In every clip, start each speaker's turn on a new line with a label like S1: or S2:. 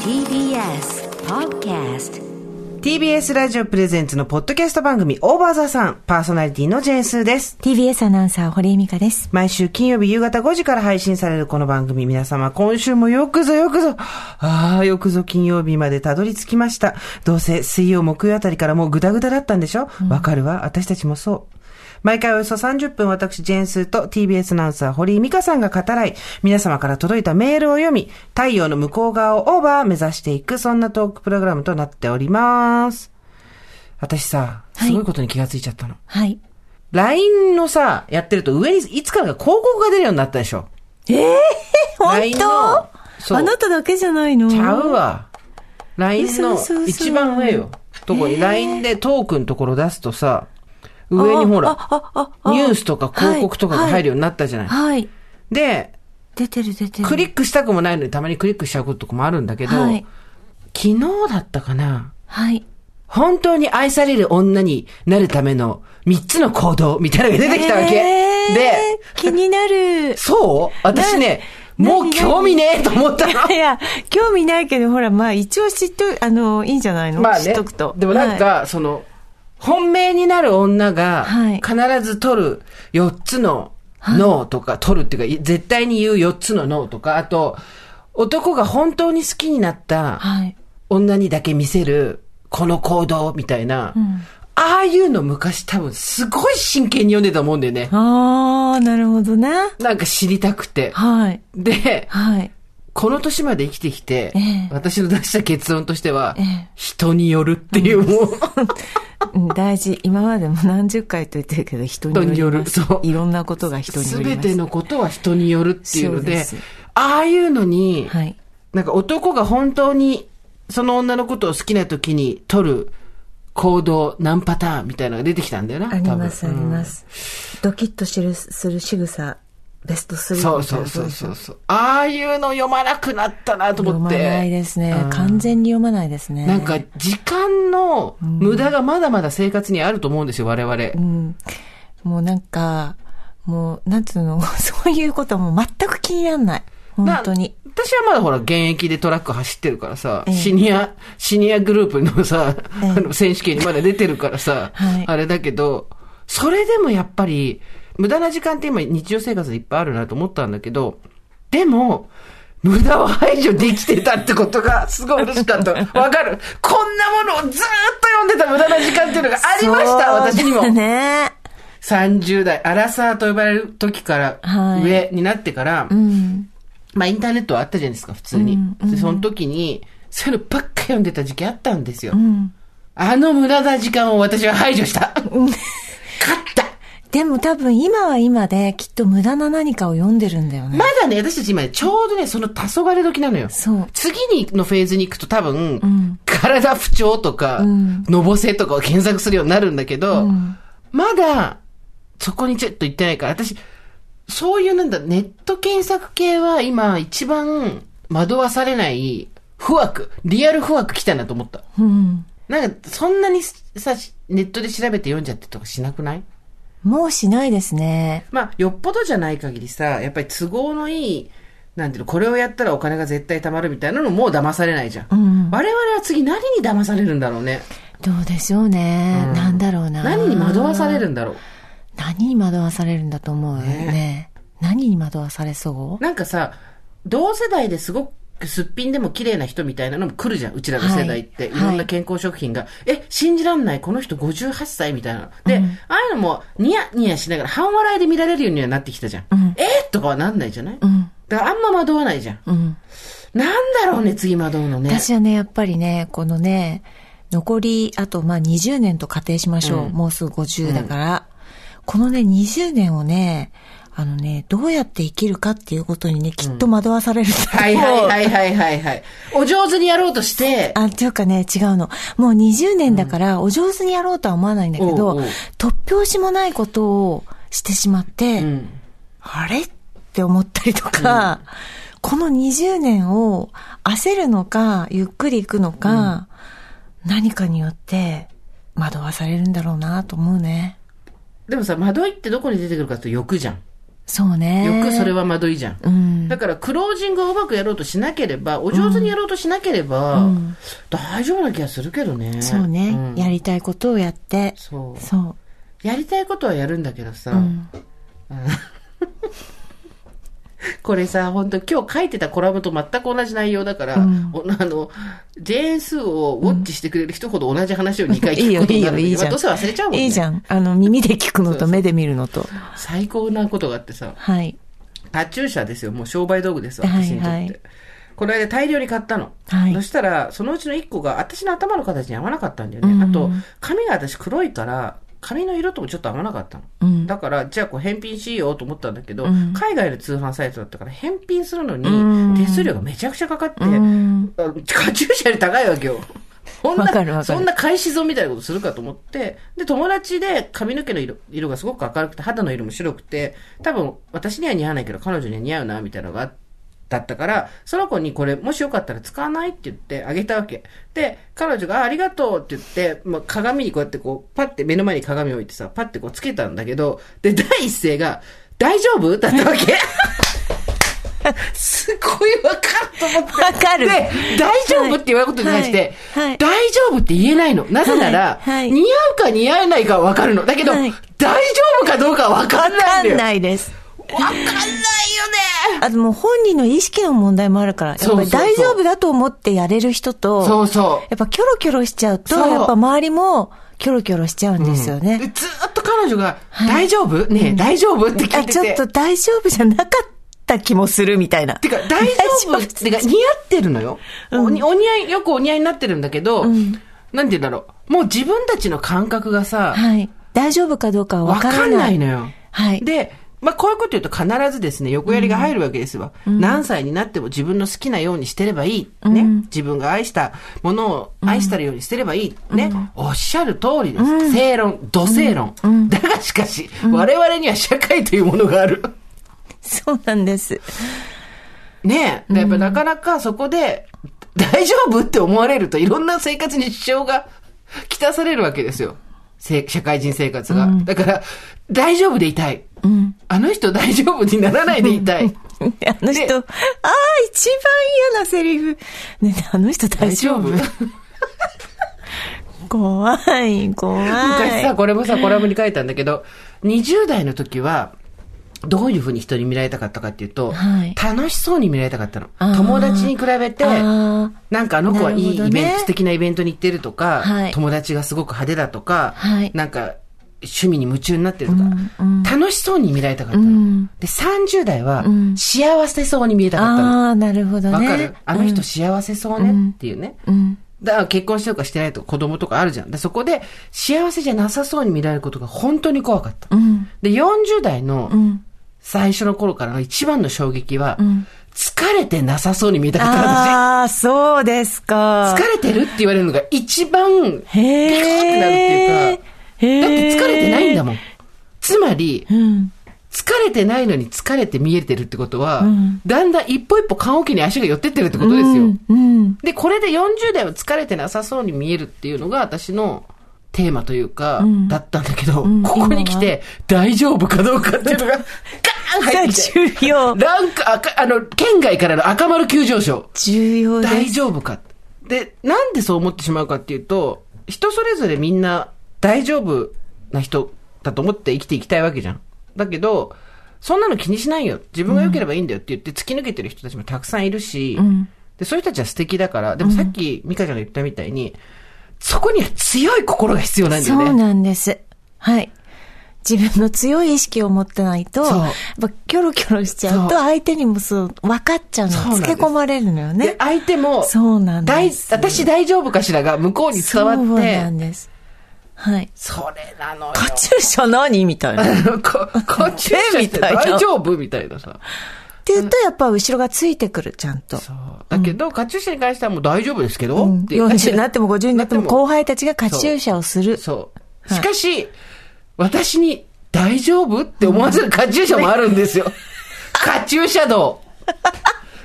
S1: TBS Podcast
S2: TBS ラジオプレゼンツのポッドキャスト番組オーバーザさん、パーソナリティのジェーンスーです。
S3: TBS アナウンサー、堀井美香です。
S2: 毎週金曜日夕方5時から配信されるこの番組、皆様今週もよくぞよくぞ、ああ、よくぞ金曜日までたどり着きました。どうせ水曜木曜あたりからもうグダグダだったんでしょわかるわ、私たちもそう。毎回およそ30分私、ジェーンスーと TBS アナウンサー、堀井美香さんが語らい、皆様から届いたメールを読み、太陽の向こう側をオーバー目指していく、そんなトークプログラムとなっております。私さ、
S3: はい
S2: すごいことに気がついちゃったの。
S3: はい。
S2: LINE のさ、やってると上にいつからか広告が出るようになったでしょ。
S3: 本
S2: LINE の
S3: 当
S2: そう
S3: あなただけじゃないの
S2: ちゃうわ。LINE の
S3: 嘘嘘嘘
S2: 一番上よ。とこに LINE でトークのところ出すとさ、上にほら、
S3: ああああ
S2: ニュースとか広告とかが入るようになったじゃない。
S3: はい。
S2: で、
S3: 出てる出てる。
S2: クリックしたくもないのにたまにクリックしちゃうこととかもあるんだけど、
S3: はい
S2: 昨日だったかな
S3: はい。
S2: 本当に愛される女になるための3つの行動みたいなのが出てきたわけ。
S3: えー
S2: で、、。
S3: 気になる
S2: そう私ね、
S3: な
S2: もう興味ねえと思ったの。
S3: いや、興味ないけど、ほら、まあ、一応知っと、あの、いいんじゃないの、
S2: まあ
S3: 知っ
S2: ね
S3: とくと。。
S2: でもなんか、
S3: は
S2: その、本命になる女が、
S3: はい
S2: 必ず取る4つの脳とか、取るっていうか、絶対に言う4つの脳とか、あと、男が本当に好きになった、
S3: い、はい。
S2: 女にだけ見せる、この行動みたいな、ああいうの昔多分すごい真剣に読んでたもんでね。
S3: あー、なるほどね。
S2: なんか知りたくて。
S3: はい。
S2: で、
S3: はい。
S2: この年まで生きてきて、
S3: ええ
S2: 私の出した結論としては、
S3: ええ
S2: 人によるっていう、もう、
S3: うん大事。今までも何十回と言ってるけど、人
S2: 人に
S3: に
S2: よ
S3: よ
S2: る
S3: る。
S2: そう
S3: いろんなことが人によ
S2: す
S3: り
S2: べ
S3: ます。
S2: てのことは人によるっていうので、
S3: そうです
S2: ああいうのに、
S3: はい。
S2: なんか男が本当にその女のことを好きな時に取る行動何パターンみたいなのが出てきたんだよな。
S3: あります、
S2: 多
S3: あり
S2: 分うん
S3: ます。ドキッとする、する仕草、ベスト3みたい
S2: そ
S3: な
S2: うそうそうそうそう。ああいうの読まなくなったなと
S3: 読
S2: 思っ
S3: ま
S2: て。
S3: ないですね
S2: うん。
S3: 完全に読まないですね。
S2: なんか、時間の無駄がまだまだ生活にあると思うんですよ、我々。
S3: うん。もうなんか、もう、なんつうの、 そういうことも全く気にならない。本当に。
S2: な私はまだほら、現役でトラック走ってるからさ、
S3: ええ
S2: シニア、シニアグループのさ、
S3: ええ
S2: あの、選手権にまだ出てるからさ、
S3: はい
S2: あれだけど、それでもやっぱり、無駄な時間って今日常生活でいっぱいあるなと思ったんだけど、でも、無駄を排除できてたってことが、すごい嬉しかった。わかるこんなものをずーっと読んでた無駄な時間っていうのがありました、私に
S3: そう
S2: も
S3: だ。ね。
S2: 30代、アラサーと呼ばれる時から、
S3: はい
S2: 上になってから、
S3: うん。
S2: まあインターネットはあったじゃないですか、普通に。で、その時に、そういうのばっか読んでた時期あったんですよ。あの無駄な時間を私は排除した。勝った
S3: でも多分今は今できっと無駄な何かを読んでるんだよね。
S2: まだね、私たち今ね、ちょうどね、その黄昏時なのよ。
S3: そう。
S2: 次にのフェーズに行くと多分、体不調とか、のぼせとかを検索するようになるんだけど、まだ、そこにちょっと行ってないから、私、そういうなんだ、ネット検索系は今一番惑わされない不惑、リアル不惑来たなと思った。
S3: うん。
S2: なんか、そんなにさ、ネットで調べて読んじゃってとかしなくない
S3: もうしないですね。
S2: まあ、よっぽどじゃない限りさ、やっぱり都合のいい、なんていうの、これをやったらお金が絶対貯まるみたいなのもう騙されないじゃん。我々は次何に騙されるんだろうね。
S3: どうでしょうね。
S2: うん
S3: なんだろうな。
S2: 何に惑わされるんだろう。
S3: 何に惑わされるんだと思う
S2: ね
S3: ね。何に惑わされそう
S2: なんかさ、同世代ですごくすっぴんでも綺麗な人みたいなのも来るじゃん、うちらの世代って。
S3: はい
S2: い、ろんな健康食品が、え、信じらんない、この人58歳みたいな。で、ああいうのもニヤニヤしながら半笑いで見られるようにはなってきたじゃん。えーとかはなんないじゃない、
S3: ん
S2: だからあんま惑わないじゃん。
S3: うん。
S2: なんだろうね、次惑うのね。
S3: 私はね、やっぱりね、このね、残り、あと、まあ、20年と仮定しましょう。
S2: うん
S3: もうすぐ50だから、このね、20年をね、あのね、どうやって生きるかっていうことにね、きっと惑わされるんだと思う、
S2: はいはいはいはいはいはい。お上手にやろうとして、
S3: あ、というかね、違うの。もう20年だから、お上手にやろうとは思わないんだけど、
S2: おうおう
S3: 突拍子もないことをしてしまって、
S2: うん。
S3: あれって思ったりとか、この20年を焦るのか、ゆっくり行くのか、何かによって惑わされるんだろうなと思うね。
S2: でもさ、惑いってどこに出てくるかというと欲じゃん。
S3: そうね。
S2: よくそれは間取りじゃん。
S3: うん。
S2: だからクロージングをうまくやろうとしなければ、お上手にやろうとしなければ、
S3: うん
S2: 大丈夫な気がするけどね。
S3: そうね、
S2: ん
S3: やりたいことをやって。
S2: そう
S3: そ
S2: やりたいことはやるんだけどさ、
S3: う。うん。
S2: これさ、本当今日書いてたコラムと全く同じ内容だから、
S3: うん
S2: おあの、全数をウォッチしてくれる人ほど同じ話を2回聞くこと
S3: いい
S2: にな
S3: よ、
S2: る、
S3: いいよ、いいじゃん。
S2: まあどうせ忘れちゃうもんね。
S3: いいじゃん。あの、耳で聞くのと目で見るのと。
S2: 最高なことがあってさ、
S3: はい。
S2: カチューシャですよ。もう商売道具です、
S3: はい
S2: 私にとって。
S3: はい
S2: この間大量に買ったの。
S3: はい
S2: そしたら、そのうちの1個が私の頭の形に合わなかったんだよね。
S3: うん
S2: あと、髪が私黒いから、髪の色ともちょっと合わなかったの。
S3: うん。
S2: だから、じゃあこう返品しようと思ったんだけど、
S3: うん
S2: 海外の通販サイトだったから返品するの
S3: うん
S2: に、手数料がめちゃくちゃかかって、
S3: うん。
S2: あカチューシャより高いわけよ。そん
S3: わかるわか
S2: な、
S3: る
S2: そんな返し損みたいなことするかと思って、で、友達で髪の毛の色色がすごく明るくて、肌の色も白くて、多分私には似合わないけど、彼女には似合うな、みたいなのが、だったから、その子にこれ、もしよかったら使わないって言ってあげたわけ。で、彼女が、あありがとうって言って、まあ、鏡にこうやってこう、パって目の前に鏡を置いてさ、パってこうつけたんだけど、で、第一声が、大丈夫だったわけ。すごいわかると思って。
S3: わかる
S2: で、大丈夫って言われることに対して、
S3: はいはい
S2: 大丈夫って言えないの。なぜなら、
S3: はいはい
S2: 似合うか似合わないかはわかるの。だけど、
S3: はい
S2: 大丈夫かどうかはわかん
S3: わ
S2: な
S3: か
S2: いんだよ。
S3: んないです。
S2: わかんないよね。
S3: あともう本人の意識の問題もあるから、やっぱり大丈夫だと思ってやれる人と、
S2: そうそ
S3: やっぱキョロキョロしちゃうと、
S2: そう
S3: やっぱ周りもキョロキョロしちゃうんですよ
S2: う。で
S3: ね。
S2: ずーっと彼女が、大丈夫ねえ、大丈夫って聞
S3: あ、
S2: いて。
S3: ちょってと大丈夫じゃなかった気もするみたいな。
S2: てか、大丈 夫ってか、似合ってるのよ、おに。お似合い、よくお似合いになってるんだけど、なんて言うんだろう。もう自分たちの感覚がさ、
S3: はい。大丈夫かどうかは
S2: わ
S3: わか
S2: からん
S3: な。
S2: ないいのよ。
S3: はい。
S2: で、まあ、こういうこと言うと必ずですね、横やりが入るわけですわ。何歳になっても自分の好きなようにしてればいい。ね。自分が愛したものを愛したるようにしてればいい。ね。おっしゃる通りです。正論、土正論。だがしかし、我々には社会というものがある。
S3: そうなんです。
S2: ねえ。でやっぱなかなかそこで、大丈夫って思われると、いろんな生活に支障がきたされるわけですよ。せ社会人生活が。だから、大丈夫でいたい。あの人大丈夫にならないでいたい。
S3: であの
S2: で
S3: 人、ああ、一番嫌なセリフ。ね、あの人大丈夫怖い、怖い。
S2: 昔さ、これもさ、コラムに書いたんだけど、20代の時は、どういうふうに人に見られたかったかっていうと、
S3: はい
S2: 楽しそうに見られたかったの。
S3: あー
S2: 友達に比べて、
S3: あ
S2: なんかあの子はいいイベント、
S3: なるほどね
S2: 素敵なイベントに行ってるとか、
S3: はい
S2: 友達がすごく派手だとか、
S3: はい
S2: なんか趣味に夢中になってるとか、
S3: うんうん
S2: 楽しそうに見られたかったの。
S3: うん
S2: で、30代は
S3: うん
S2: 幸せそうに見えたかったの。
S3: ああ、なるほど
S2: わ、
S3: ね。
S2: かるあの人幸せそうねっていうね。
S3: うん。
S2: だから結婚してるかしてないとか子供とかあるじゃん。で、そこで幸せじゃなさそうに見られることが本当に怖かった。
S3: うん。
S2: で、40代の
S3: うん。
S2: 最初の頃からの一番の衝撃は、
S3: ん
S2: 疲れてなさそうに見えたかった
S3: ああ、そうですか。
S2: 私。疲れてるって言われるのが一番、
S3: へえ。
S2: ビクってなるっていうか
S3: へえ。
S2: だって疲れてないんだもん。つまり、
S3: うん。
S2: 疲れてないのに疲れて見えてるってことは、
S3: ん
S2: だんだん一歩一歩棺桶に足が寄ってってるってことですよ。
S3: うん。うん。
S2: で、これで40代は疲れてなさそうに見えるっていうのが私のテーマというか、
S3: ん
S2: だったんだけど、
S3: ん
S2: ここに来て大丈夫かどうかっていう のが、ガーン入ってきて、
S3: 重 要。
S2: ランク、あかあの、県外からの赤丸急上昇。
S3: 重要です。
S2: 大丈夫か。で、なんでそう思ってしまうかっていうと、人それぞれみんな大丈夫な人だと思って生きていきたいわけじゃん。だけど、そんなの気にしないよ。自分が良ければいいんだよって言って突き抜けてる人たちもたくさんいるし、
S3: ん
S2: で、そういう人たちは素敵だから、でもさっき美香ちゃんが言ったみたいに、そこには強い心が必要なんだよね。
S3: そうなんです。はい。自分の強い意識を持ってないと、
S2: そう
S3: やっぱキョロキョロしちゃうと
S2: そう
S3: 相手にもそう、分かっちゃう
S2: そうなん
S3: の。
S2: です
S3: つけ込まれるのよ
S2: で
S3: ね、。
S2: 相手も、
S3: そうなん
S2: 大
S3: です。
S2: 私大丈夫かしらが向こうに伝わ
S3: そう
S2: っ
S3: な
S2: て、
S3: んです。はい。
S2: それなのよ。
S3: カチューシャ何みたいな。っ
S2: こ、 こっち
S3: えみたいな
S2: 大丈夫みたいなさ。
S3: て言うと、やっぱ後ろがついてくる、ちゃんと。
S2: そう。だけど、カチューシャに関してはもう大丈夫ですけど、
S3: うん
S2: っていう
S3: 40になって も50になっても
S2: なっても
S3: 後輩たちがカチューシャをする。
S2: そう。しかし、私に大 丈夫って思わせるカチューシャもあるんですよ。カチューシャ道。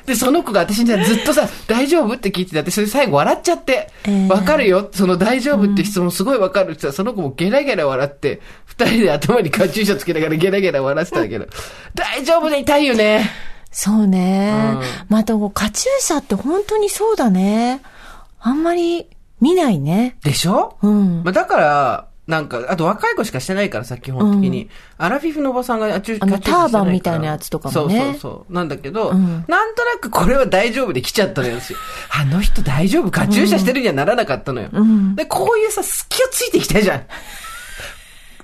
S2: で、その子が私にさずっとさ、大丈夫って聞いてた。私、それ最後笑っちゃって
S3: えー、
S2: わかるよ。その大丈夫って質問すごいわかるってさ、その子もゲラゲラ笑って、二人で頭にカチューシャつけながらゲラゲラ笑ってたん だけど、大丈夫で痛いよね。
S3: そうね。
S2: う
S3: また、こうカチューシャって本当にそうだね。あんまり見ないね。
S2: でしょ
S3: うん。
S2: まあ、だから、なんか、あと若い子しかしてないからさ、基本的に。アラフィフのおばさんが、あちゅ
S3: あの
S2: カチューシャして
S3: ターバン
S2: い
S3: み
S2: から
S3: たいなやつとかもね
S2: そうそうそう。なんだけど、
S3: うん
S2: なんとなくこれは大丈夫で来ちゃったのよ、私。 あの人大丈夫カチューシャしてるにはならなかったのよ。
S3: ん
S2: で、こういうさ、隙をついていきたいじゃん。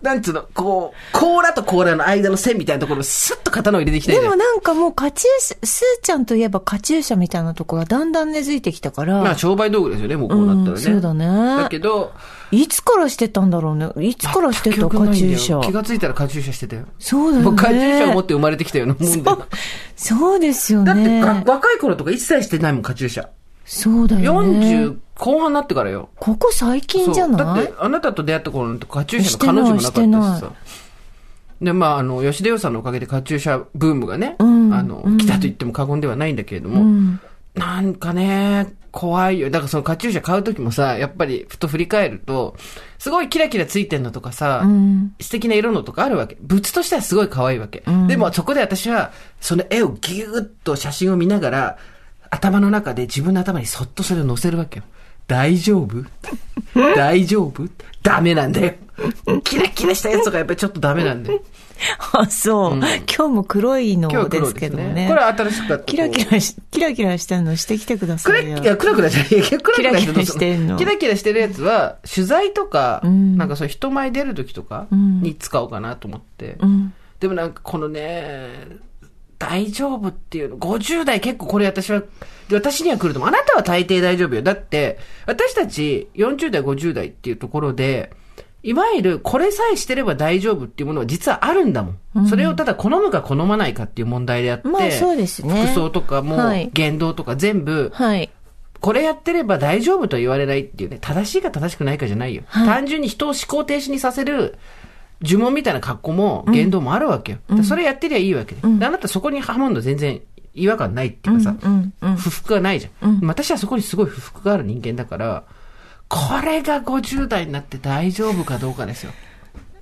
S2: なんつうの、こう、甲羅と甲羅の間の線みたいなところをスッと刀を入れていきたい
S3: で
S2: じゃ
S3: も
S2: ん。
S3: なんかもうカチューシャ、スーちゃんといえばカチューシャみたいなとこがだんだん根付いてきたから。
S2: まあ、商売道具ですよね、もうこうなったらね。
S3: うんそうだね
S2: だけど、
S3: いつからしてたんだろうね。いつからしてた
S2: 全く
S3: カ
S2: ないんだよ
S3: チューシ
S2: 気
S3: ャ。
S2: がついたらカチューシャしてたよ。
S3: そうだよね。
S2: もうカチューシャを持って生まれてきたようなもんだよ。
S3: そうですよ
S1: だって
S3: ね。
S1: か、若い頃とか一切してないもん、カチューシャ。
S3: そうだよね。
S2: 40後半になってからよ。
S3: ここ最近じゃ
S2: そうだ
S3: な
S2: っ
S3: い
S2: て、あなたと出会った頃のカチューシャの彼女もなかったし
S3: してな
S2: さ。で、まあ、あの、吉田洋さんのおかげでカチューシャブームがね、
S3: ん
S2: あの、来たと言っても過言ではないんだけれども、
S3: うん。
S2: なんかね、怖いよ。だからそのカチューシャ買う時もさ、やっぱりふと振り返ると、すごいキラキラついてんのとかさ、
S3: うん。
S2: 素敵な色のとかあるわけ。物としてはすごい可愛いわけ。でもそこで私は、その絵をギューッと写真を見ながら、頭の中で自分の頭にそっとそれを載せるわけよ。大丈夫大丈夫ダメなんだよ。キラキラしたやつとかやっぱりちょっとダメなんだよ。
S3: あ、そう。今日も黒い
S2: 今日
S3: の
S2: は
S3: で
S2: 黒
S3: す
S2: で
S3: け
S2: す
S3: ど
S2: ね。
S3: ね。
S2: これは新しく買った。
S3: キラキラし、キラキラしてるのしてきてくだ
S2: こ
S3: さ
S2: れ、
S3: い
S2: い
S3: よ。
S2: や、クラクラじゃない。いやクラクラ
S3: キラキラしてんの
S2: キラキラしてるやつは、取材とか、
S3: ん
S2: なんかそういう人前出る時とか
S3: ん
S2: に使おうかなと思って。
S3: うん。
S2: でもなんかこのね、大丈夫っていうの、50代結構これ私は、で私には来ると思う。あなたは大抵大丈夫よ。だって、私たち40代、50代っていうところで、いわゆるこれさえしてれば大丈夫っていうものは実はあるんだもん。それをただ好むか好まないかっていう問題であって、
S3: まあそうですね
S2: 服装とかも
S3: はい
S2: 言動とか全部、
S3: はい。
S2: これやってれば大丈夫とは言われないっていうね、正しいか正しくないかじゃないよ。
S3: はい
S2: 単純に人を思考停止にさせる呪文みたいな格好も言動もあるわけよ。でそれやってりゃいいわけで。であなたそこにハマるの全然違和感ないっていうかさ、
S3: うん。うん。
S2: 不服がないじゃん。私はそこにすごい不服がある人間だから、これが50代になって大丈夫かどうかですよ。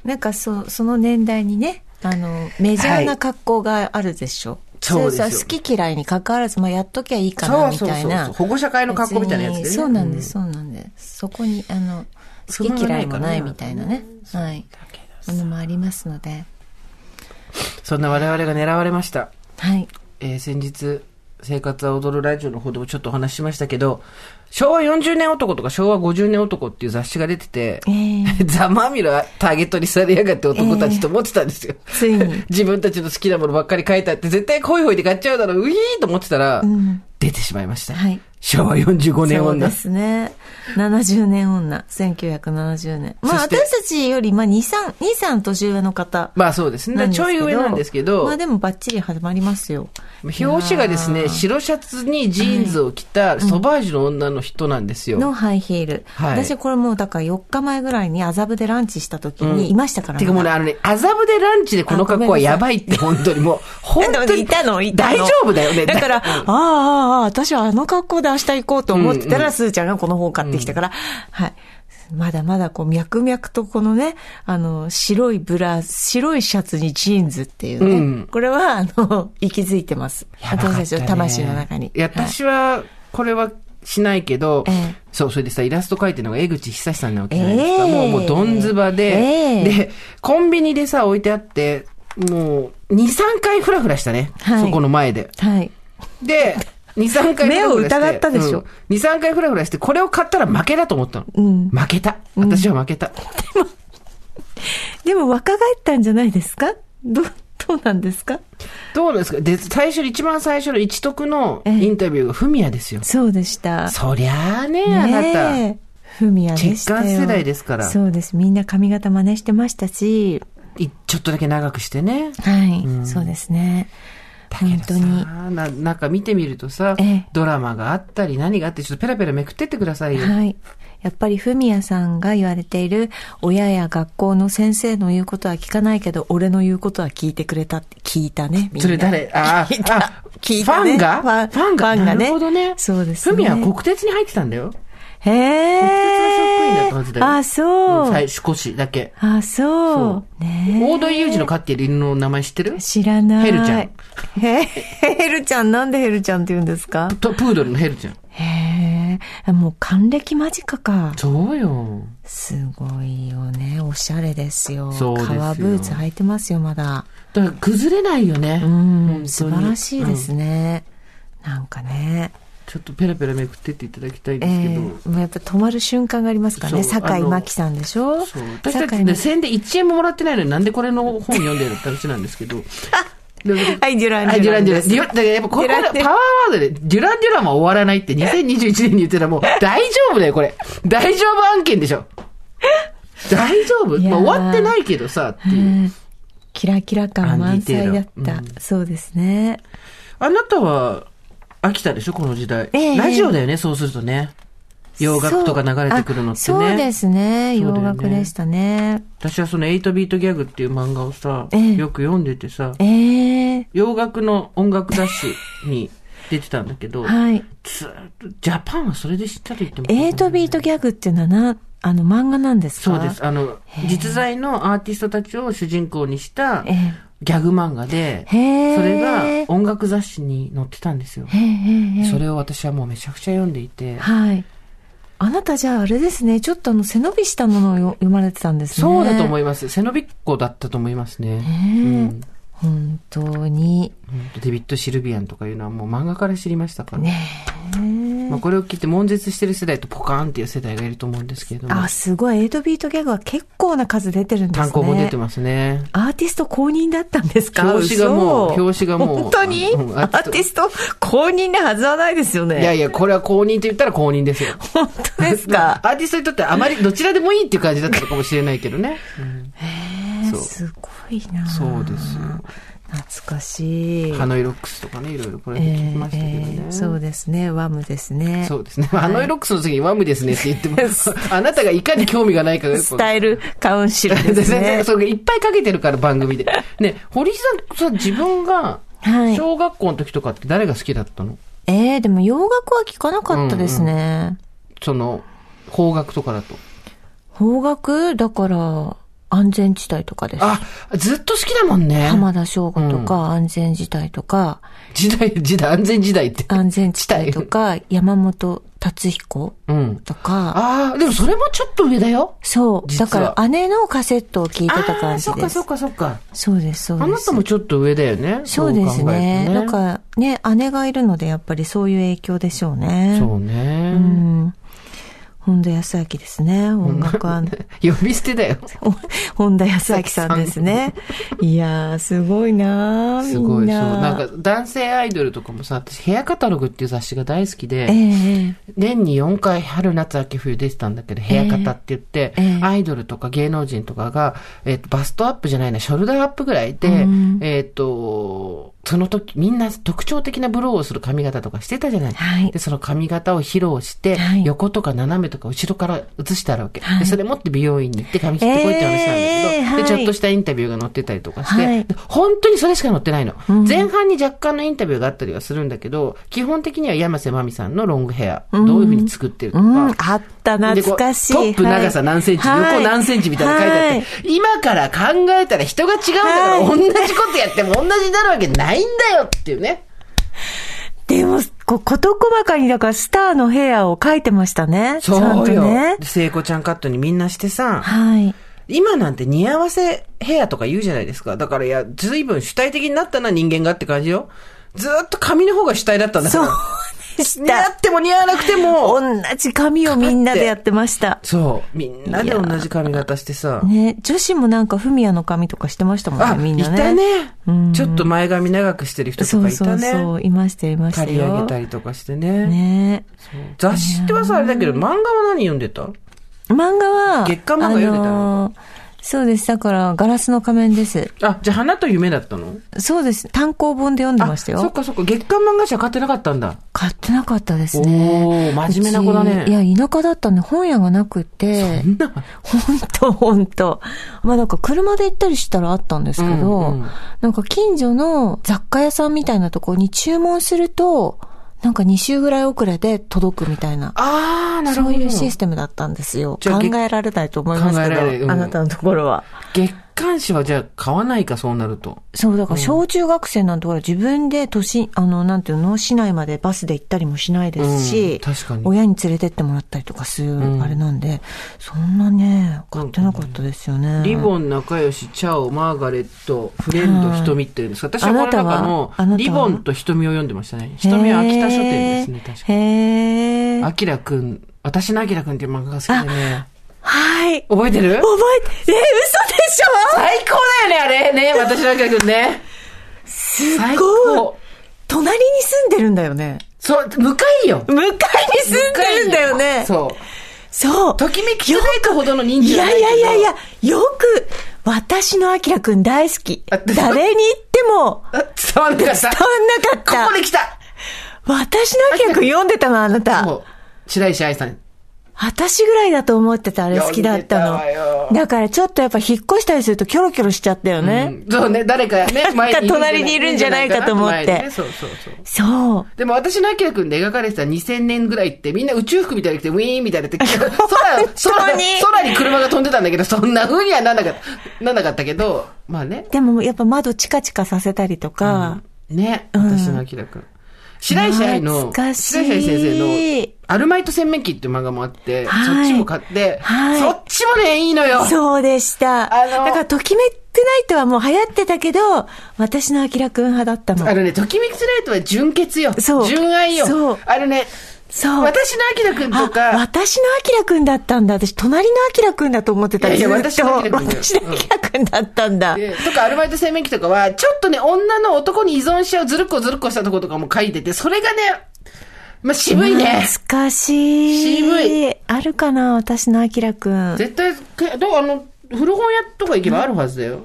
S3: なんかそう、その年代にね、あの、メジャーな格好があるでしょ。
S2: そうですよ
S3: そ好き嫌いに関わらず、まあ、やっときゃいいかな、みたいな。
S1: 保護者会の格好みたいなやつで、ね。
S3: 別にそうなんです、そうなんです。そこに、あの、好き嫌いもないみたいなね。はい。ものもありますので。
S2: そんな我々が狙われました。
S3: はい。
S2: えー先日、生活は踊るラジオの方でもちょっとお話ししましたけど、昭和40年男とか昭和50年男っていう雑誌が出てて、
S3: えー
S2: ざまみろターゲットにされやがって男たちと思ってたんですよ。
S3: つ いに
S2: 自分たちの好きなものばっかり書いてあって、絶対ホイホイで買っちゃうだろう、うひーと思ってたら、
S3: ん
S2: 出てしまいました。
S3: はい
S2: 昭和45年
S3: そう
S2: 女
S3: で。すね。70年女。1970年。まあ
S2: そして
S3: 私たちより、まあ2、3、2、3年上の方
S2: まあそうです
S3: な
S2: ね。
S3: んです
S2: ち
S3: け
S2: ょ
S3: ど。
S2: い上なんですけど、
S3: まあでもバッチリ始まりますよ。
S2: 表紙がです
S3: い
S2: ね、
S3: やー
S2: 白シャツにジーンズを着たソバージュの女の人なんですよ。
S3: のハイヒール。
S2: はい
S3: 私これもうだから4日前ぐらいに麻布でランチした時にいましたから
S2: てかもうね、あのね、麻布でランチでこの格好はやばいって、本当に もう、本
S3: だか
S2: 当
S3: ら
S2: に。
S3: いたのいたの
S2: 大丈夫だよね。
S3: だから、ああ、ああ、私はあの格好で明日行こうと思ってたら、すーちゃんがこの本を買ってきたから、はい。まだまだこう、脈々とこのね、あの、白いブラ、白いシャツにジーンズっていうね。
S2: うん
S3: これは、あの、息づいてます。
S2: やばかった
S3: 私た
S2: ね
S3: ちの魂の中に。
S2: いや、
S3: はい
S2: 私は、これはしないけど、
S3: ええ
S2: そう、それでさ、イラスト描いてるのが江口久志さんなわけじゃないですか。
S3: ええ
S2: もう、もう、どんずばで、
S3: ええ
S2: で、コンビニでさ、置いてあって、もう、2、3回フラフラしたね。
S3: はい
S2: そこの前で。
S3: はい。
S2: で、2、3回フラフラして。
S3: 目を疑ったでしょ
S2: うん、2、3回フラフラして、これを買ったら負けだと思ったの。
S3: うん
S2: 負けた。私は負けた。
S3: でも若返ったんじゃないですかどう、どうなんですか
S2: どうなんですかで、最初、一番最初の一徳の
S3: ええ
S2: インタビューがフミヤですよ。
S3: そうでした。
S2: そりゃあね、あなた。
S3: え。ふみやでしたよ。
S2: チェッカー世代ですから
S3: そうです。みんな髪型真似してましたし、
S2: いちょっとだけ長くしてね。
S3: はい、そうですね。本当に。
S2: さあな、なんか見てみるとさ
S3: ええ、
S2: ドラマがあったり何があって、ちょっとペラペラめくってってくださいよ。
S3: はい。やっぱりフミヤさんが言われている、親や学校の先生の言うことは聞かないけど、俺の言うことは聞いてくれたって、聞いたね、みんな
S2: それ誰あー
S3: 聞いた
S2: あ、
S3: 聞いた
S2: ファ
S3: ね
S2: ンが
S3: ファン
S2: ファンが
S3: ファンがね
S2: なるほどね。
S3: そうですね
S2: フミヤは国鉄に入ってたんだよ。
S3: へ
S2: 国鉄の職員だっ
S3: え
S2: たはずだよ
S3: あ、そう。
S2: 最初、少しだけ。
S3: あ、そう。ね
S2: 大戸裕二の飼っている犬の名前知ってる
S3: え知らない。
S2: ヘルちゃん
S3: へ。ヘルちゃん、なんでヘルちゃんって言うんですか
S2: とプードルのヘルちゃん。
S3: へえ、もう還暦間近か。
S2: そうよ。
S3: すごいよね。おしゃれですよ。
S2: そうですよ
S3: 革ブーツ履いてますよ、まだ。
S2: だから崩れないよね。
S3: うん
S2: 本当、に
S3: 素晴らしいで
S2: う
S3: すね。なんかね。
S2: んちょっとペラペラめくってっていただきたいん
S3: え
S2: ですけど。
S3: ー、もうやっぱ止まる瞬間がありますからね。
S2: そう
S3: 酒
S2: あ
S3: 井
S2: の
S3: 真紀さんでしょ
S2: そう私た
S3: 酒
S2: ち
S3: 井
S2: ね、
S3: 真紀
S2: 宣伝1円ももらってないのになんでこれの本読んでるって話なんですけど。で
S3: はい、デュラン
S2: あ、デュラン・デュラ
S3: で
S2: ン。
S3: す
S2: デュランだからやっぱここ
S3: デュラ
S2: の
S3: ンデ
S2: パ
S3: ュラン
S2: ワーワードで、デュラン・デュランは終わらないって2021年に言ってたらもう大丈夫だよ、これ。大丈夫案件でしょ。大丈夫
S3: いやー
S2: まあ終わってないけどさ、っていう。
S3: うんキラキラ感満載だっ
S2: アンディテー
S3: た
S2: ラ。
S3: そうですね。
S2: あなたは飽きたでしょ、この時代。
S3: ええ
S2: ラジオだよね、そうするとね。洋楽とか流れてくるのってね。
S3: そうあそうですね。
S2: そうだよ
S3: 洋
S2: ね
S3: 楽でしたね。
S2: 私はその8ビートギャグっていう漫画をさ、
S3: ええ
S2: よく読んでてさ、
S3: ええ
S2: 洋楽の音楽雑誌に出てたんだけど、
S3: はい。
S2: ずーっと、ジャパンはそれで知ったと言っても過言じゃない。
S3: エイトビートギャグっていうのはな、あの漫画なんです
S2: そ
S3: か
S2: うです。。あの、実在のアーティストたちを主人公にした
S3: ええ
S2: ギャグ漫画で、そ
S3: へえ
S2: れが音楽雑誌に載ってたんですよ。
S3: ええええええ
S2: それを私はもうめちゃくちゃ読んでいて。
S3: はい。あなたじゃああれですね、ちょっとあの背伸びしたものをよ読まれてたんですね。
S2: そうだと思
S3: い
S2: います。背伸びっ子だったと思いますね。うん
S3: 本当に。
S2: 本当デビッド・シルビアンとかいうのはもう漫画から知りましたから。まあこれを聞いて悶絶してる世代とポカーンっていう世代がいると思うんですけれども。
S3: あ、すごい。エイトビートギャグは結構な数出てるんですね。
S2: 単行本出てますね。
S3: アーティスト公認だったんですか
S2: 表紙がもう
S3: 嘘
S2: 表紙がもう
S3: 本当に
S2: あの
S3: アーティスト公認なはずはないですよね。
S2: いやいや、これは公認と言ったら公認ですよ。
S3: 本当ですか
S2: アーティストにとってあまりどちらでもいいっていう感じだったのかもしれないけどね。
S3: ね
S2: そう
S3: すごいな
S2: そうですよ。
S3: 懐かしい。
S2: ハノイロックスとかね、いろいろこれ
S3: え
S2: で
S3: ー
S2: 聞きましたけどね。
S3: えーそうですね。ワムですね。
S2: そうですね。ハノイロックスの時にワムですねって言っても、あなたがいかに興味がないかがよく
S3: ス
S2: わかる
S3: タイルカウンシル
S2: 全
S3: ですね
S2: 然。 それいっぱいかけてるから番組で。ね、堀井さんさ、自分が
S3: はい
S2: 小学校の時とかって誰が好きだったの
S3: えー、でも洋楽は聞かなかったですね。
S2: その、邦楽とかだと。
S3: 邦楽だから、安全地帯とかです。
S2: あ、ずっと好きだもんね。
S3: 浜田省吾とか、安全地帯とか、
S2: 時代、時代、安全時代って。
S3: 安全地帯とか、山本達彦
S2: うん。
S3: とか、
S2: ああ、でもそれもちょっと上だよ。
S3: そう。だ
S2: 実は
S3: から姉のカセットを聞いてた感じです。
S2: あーそっかそっかそっか。
S3: そうです、そうです。
S2: あなたもちょっと上だよね。
S3: そうです
S2: 考え
S3: ね。
S2: ると
S3: なんかね、姉がいるので、やっぱりそういう影響でしょうね。
S2: そうね。
S3: うん。本田康明ですね。音楽 は、
S2: 呼び捨てだよ。
S3: 本田康明さんですね。いやー、すごいなー
S2: す
S3: み
S2: ごい。そう。
S3: んな。
S2: なんか、男性アイドルとかもさ、私、ヘアカタログっていう雑誌が大好き
S3: え
S2: で、
S3: ええ
S2: 年に4回、春、夏、秋、冬出てたんだけど、ヘアカタって言って
S3: ええ、
S2: アイドルとか芸能人とかが、えっと、バストアップじゃないな、ショルダーアップぐらいで
S3: うん、
S2: えっと、その時、みんな特徴的なブローをする髪型とかしてたじゃない
S3: え。はい
S2: で、。その髪型を披露して、
S3: はい
S2: 横とか斜めとか後ろから写してあるわけ。
S3: はい
S2: で、それ持って美容院に行って髪切ってこいって話なんだけど、
S3: えーは
S2: で、
S3: い
S2: ちょっとしたインタビューが載ってたりとかして、
S3: はい
S2: で本当にそれしか載ってないの、
S3: うん
S2: 前半に若干のインタビューがあったりはするんだけど、基本的には山瀬まみさんのロングヘア、
S3: うん
S2: どういうふうに作ってると
S3: う
S2: か、
S3: ん、あった、
S2: でこ
S3: 懐
S2: う
S3: かしい。
S2: トップ長さ何センチ、
S3: はい
S2: 横何センチみたいなの書いてあって、今から考えたら人が違うんだから、
S3: はい
S2: 同じことやっても同じになるわけないんだよっていうね。
S3: でも、こ、こと細かに、だから、スターのヘアを描いてましたね。ちゃんとね
S4: で。聖子ちゃんカットにみんなしてさ、
S3: はい。
S4: 今なんて似合わせヘアとか言うじゃないですか。だからいや、随分主体的になったな、人間がって感じよ。ずーっと髪の方が主体だったんだか
S3: そ
S4: ら。
S3: うでし
S4: 似合
S3: た。
S4: っても似合わなくても。
S3: 同じ髪をみんなでやってました。
S4: そう。みんなで同じ髪型してさ。
S3: ね、女子もなんかフミヤの髪とかしてましたもん
S4: あ、
S3: ね、みん
S4: い
S3: なね。
S4: たね
S3: うん。
S4: ちょっと前髪長くしてる人
S3: そ
S4: とか
S3: う
S4: い
S3: そ
S4: た
S3: うそ
S4: ね。
S3: う、いましたよいました
S4: 刈
S3: よ。
S4: り上げたりとかしてね。
S3: ね
S4: 雑誌ってはさ、あれだけど、漫画は何読んでた
S3: 漫画は、
S4: 月刊漫画読んでたの
S3: あのーそうです。だから、ガラスの仮面です。
S2: あ、じゃあ花と夢だったの
S3: そうです。単行本で読んでました
S2: あそっ
S3: よ。
S2: かそっか。月刊漫画誌は買ってなかったんだ。
S3: 買ってなかったです
S2: お
S3: ね。
S2: お真面目な子だね。
S3: うちいや、田舎だったんで本屋がなくて。
S2: そんな
S3: 本当本当まあなんか車で行ったりしたらあったんですけど、
S2: うんうん
S3: なんか近所の雑貨屋さんみたいなところに注文すると、なんか2週ぐらい遅れで届くみたいな。
S2: ああ、なる
S3: そ
S2: ほ
S3: う
S2: ど。
S3: いうシステムだったんですよ。
S2: じゃあ
S3: 考
S2: げ
S3: えられないと思いますけ
S2: 考え
S3: ど、
S2: られないうん
S3: あなたのところは。
S2: 月刊誌はじゃあ買わないか、そうなると。
S3: そう、だから小中学生なんてほら自分で都心、あの、なんていうの、市内までバスで行ったりもしないです
S2: うん
S3: し、
S2: 確かに
S3: 親に連れてってもらったりとかする、あれなんで、そんなね、買ってなかったですよね。
S2: リボン、仲良し、チャオ、マーガレット、フレンド、瞳って言うんですか。私はこの
S3: あなたは
S2: 中の
S3: あなた、は
S2: リボンと瞳を読んでましたね。瞳は秋田書店ですね、確かに。
S3: へー
S2: アキラくん、私のアキラくんっていう漫画が好きでね。
S3: はい。
S2: 覚えてる
S3: 覚えて、え、嘘でしょ
S2: 最高だよね、あれね、私のアキラくんね。
S3: す
S2: 最
S3: ごい。
S2: 高。
S3: 隣に住んでるんだよね。
S2: そう、向かいよ。
S3: 向かいに住んでるんだよね。う。
S2: そう。
S3: そう。
S2: ときめきつないとほどの人気
S3: い
S2: じゃ
S3: や
S2: ない
S3: いやいやい
S2: や。
S3: や、よく、私のアキラくん大好き。
S2: あそう
S3: 誰に言っても、
S2: あ伝わんなかっ
S3: 伝
S2: た。
S3: わ
S2: こ
S3: んなか
S2: こ
S3: っ
S2: で来た。
S3: た。私のアキラくん読んでたの、あなた。
S2: そう。白石愛さん。
S3: 私ぐらいだと思ってた、あれ好きだった
S2: 読んでたわよ
S3: の。だからちょっとやっぱ引っ越したりするとキョロキョロしちゃったよね。
S2: うんそうね、誰かね、前にいるんじゃない。
S3: 隣にいるんじゃないかと思って
S2: 前にねそうそうそう。
S3: そう。
S2: でも私のアキラくんで描かれてた2000年ぐらいってみんな宇宙服みたいに着てウィーンみたい になって、空、空、
S3: に
S2: 空に車が飛んでたんだけど、そんな風にはなんなかった、なんなかったけど、まあね。
S3: でもやっぱ窓チカチカさせたりとか、
S2: ね、私のアキラくん。白石愛
S3: 懐
S2: の、白
S3: か
S2: 石
S3: しい
S2: 愛先生の、アルマイト洗面器っていう漫画もあって、
S3: はい
S2: そっちも買って、
S3: はい
S2: そっちもね、いいのよ。
S3: そうでした。
S2: あの
S3: だから、ときめくナイトはもう流行ってたけど、私のあきらくん派だった
S2: あ
S3: の。
S2: のね、ときめきつライトは純潔よ。
S3: そう
S2: 純愛よ。
S3: そう
S2: あのね、
S3: そう。
S2: 私のアキラくんと
S3: あ
S2: か、
S3: 私のあきらくんだったんだ。私、隣のあきらくんだと思ってた
S2: いやいや
S3: ずっと
S2: 私のアキラくんだよ
S3: 私のあきらくんだったんだ。
S2: でとかアルバイト洗面器とかは、ちょっとね、女の男に依存しちゃうずるっこずるっこしたとことかも書いてて、それがね、まあ、渋いね。
S3: 懐かしい。
S2: 渋い。
S3: あるかな私のあきらくん。
S2: 絶対、けどうあの、古本屋とか行けばあるはずだよ。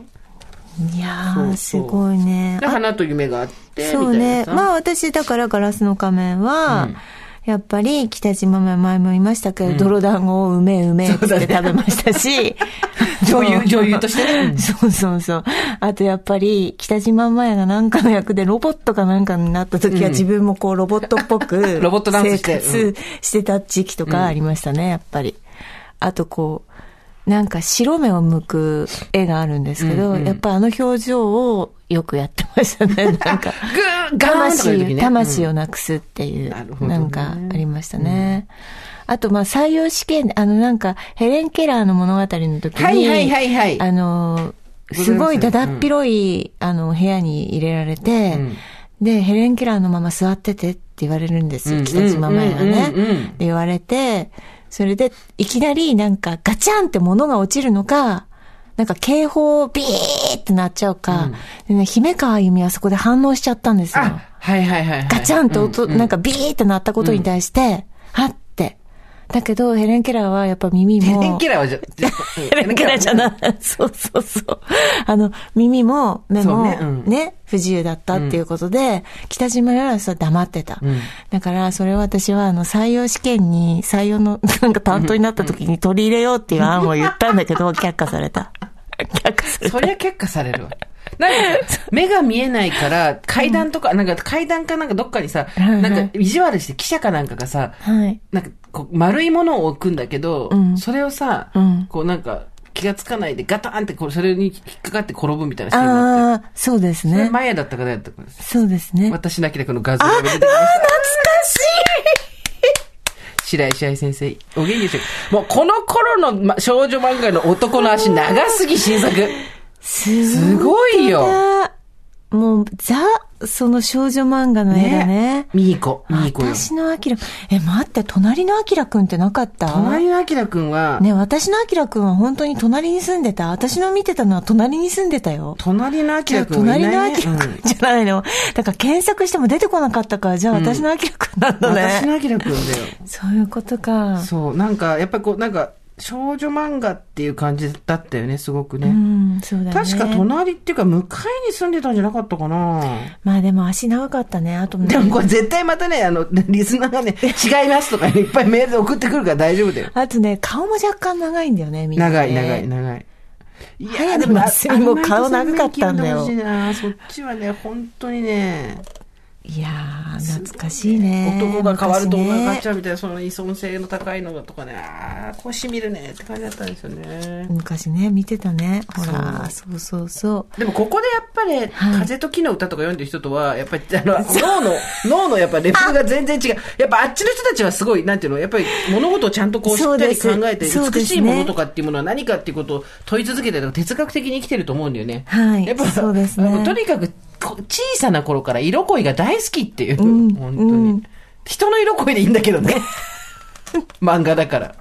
S3: いや
S2: そうそう
S3: ー、すごいね。
S2: で、花と夢があって、
S3: そう
S2: みたい
S3: ね
S2: な。さ。
S3: まあ私、だからガラスの仮面は、やっぱり北島も前も言いましたけど、泥団子をうめえうめえっつって食べました し、
S2: 女優女優としてね
S3: ね。 そうそうそう。あとやっぱり北島前がなんかの役でロボットかなんかになった時は自分もこうロボットっぽく
S2: ロボットダンスして
S3: 生活してた時期とかありましたね、やっぱり。あとこう、なんか白目を向く絵があるんですけど、やっぱあの表情をよくやってましたね、なん か。
S2: ぐー、我慢とかいう時
S3: 魂、
S2: ね。
S3: 魂をなくすっていう、
S2: なるほ
S3: な
S2: どね
S3: んかありましたね。あと、まあ、採用試験、あの、なんか、ヘレン・ケラーの物語の時に、
S2: はいはいはいはい
S3: あの、すごいだだっ広い、あの、部屋に入れられて、で、ヘレン・ケラーのまま座っててって言われるんですよ、北島前がね。
S2: うんうんうんうん
S3: で言われて、それで、いきなりなんかガチャンって物が落ちるのか、なんか警報ビーってなっちゃうか、でね、姫川由美はそこで反応しちゃったんですよ。
S2: あ、はいはいはいはい。
S3: ガチャンと音、なん かビーってなったことに対して、はって。だけど、ヘレン・ケラーはやっぱ耳
S2: ヘ
S3: も。
S2: レンケラーは じゃ、
S3: ヘレン・ケラーじゃ ない。そうそうそう。あの、耳も目
S2: そう
S3: も
S2: ね
S3: ね
S2: うん
S3: 不自由だったっていうことで、北島よりはさ、黙ってた。だから、それを私は、あの、採用試験に、採用の、 なんか担当になった時に取り入れようっていう案を言ったんだけ ど、却下された。却下された。
S2: そりゃ結果されるわ。なんか、目が見えないから、階段とか、なんか階段かなんかどっかにさ、
S3: はいはい
S2: なんか意地悪して記者かなんかがさ、
S3: はい。
S2: なんかこう丸いものを置くんだけど、それをさ、
S3: ん
S2: こうなんか気がつかないでガタンってこうそれに引っかかって転ぶみたいなシーンがあって。
S3: ああ、そうです
S2: それ
S3: ね。
S2: マヤだったか誰だったかです。
S3: そうですね。
S2: 私だけでこの画像が出てきました。白石愛先生、お元気でしょうかもうこの頃のま少女漫画の男の足長すぎ新作。す
S3: す
S2: ごいよ。
S3: もう、ザ、その少女漫画の絵だね。
S2: ミーコ、ミーコよ。
S3: 私のアキラ、え、待って、隣のアキラくんってなかった
S2: 隣のアキラくんは、
S3: ね、私のアキラくんは本当に隣に住んでた。私の見てたのは隣に住んでたよ。
S2: 隣のアキ
S3: じゃ
S2: ラ
S3: あ、
S2: くんはい
S3: 隣の
S2: な
S3: ア
S2: い、ね
S3: キラくんじゃないの。だから検索しても出てこなかったから、じゃあ私のアキラくんなん
S2: うん
S3: だ
S2: 私
S3: ね。
S2: のアキラくんだよ。
S3: そういうことか。
S2: そう、なんか、やっぱりこう、なんか、少女漫画っていう感じだったよね、すごくね。
S3: うん、そうだね。
S2: 確か隣っていうか向かいに住んでたんじゃなかったかな。
S3: まあでも足長かったね。あとね
S2: でもこれ絶対またね、あの、リスナーが ね、違いますとかねいっぱいメールで送ってくるから大丈夫だよ。
S3: あとね、顔も若干長いんだよね、みんな、ね。
S2: 長い長い長い。い
S3: 早野真澄も顔長かったんだよ
S2: あんまりそんなに聞いてほしいなそっちはね、本当にね、
S3: いやー、懐かしいね。
S2: 男が変わると女
S3: 昔
S2: が
S3: ね
S2: 変わっちゃうみたいな、その依存性の高いのがとかね、ああ、腰見るねって感じだったんですよね。
S3: 昔ね、見てたね。ほら、そうそうそう。
S2: でもここでやっぱり、
S3: はい
S2: 風と木の歌とか読んでる人とは、やっぱり、あの、 脳の、脳のやっぱレベルが全然違う。やっぱあっちの人たちはすごい、なんていうの、やっぱり物事をちゃんとこうしっ
S3: そう
S2: か
S3: で
S2: り
S3: す
S2: 考えて、
S3: そうで
S2: 美
S3: す
S2: し
S3: ね
S2: いものとかっていうものは何かっていうことを問い続けてとか、哲学的に生きてると思うんだよね。
S3: はい
S2: やっぱ、
S3: そうですね
S2: あのとにかく、こ小さな頃から色恋が大好きっていう、
S3: ん
S2: 本当に、
S3: うん
S2: 人の色恋でいいんだ けどね。漫画だから。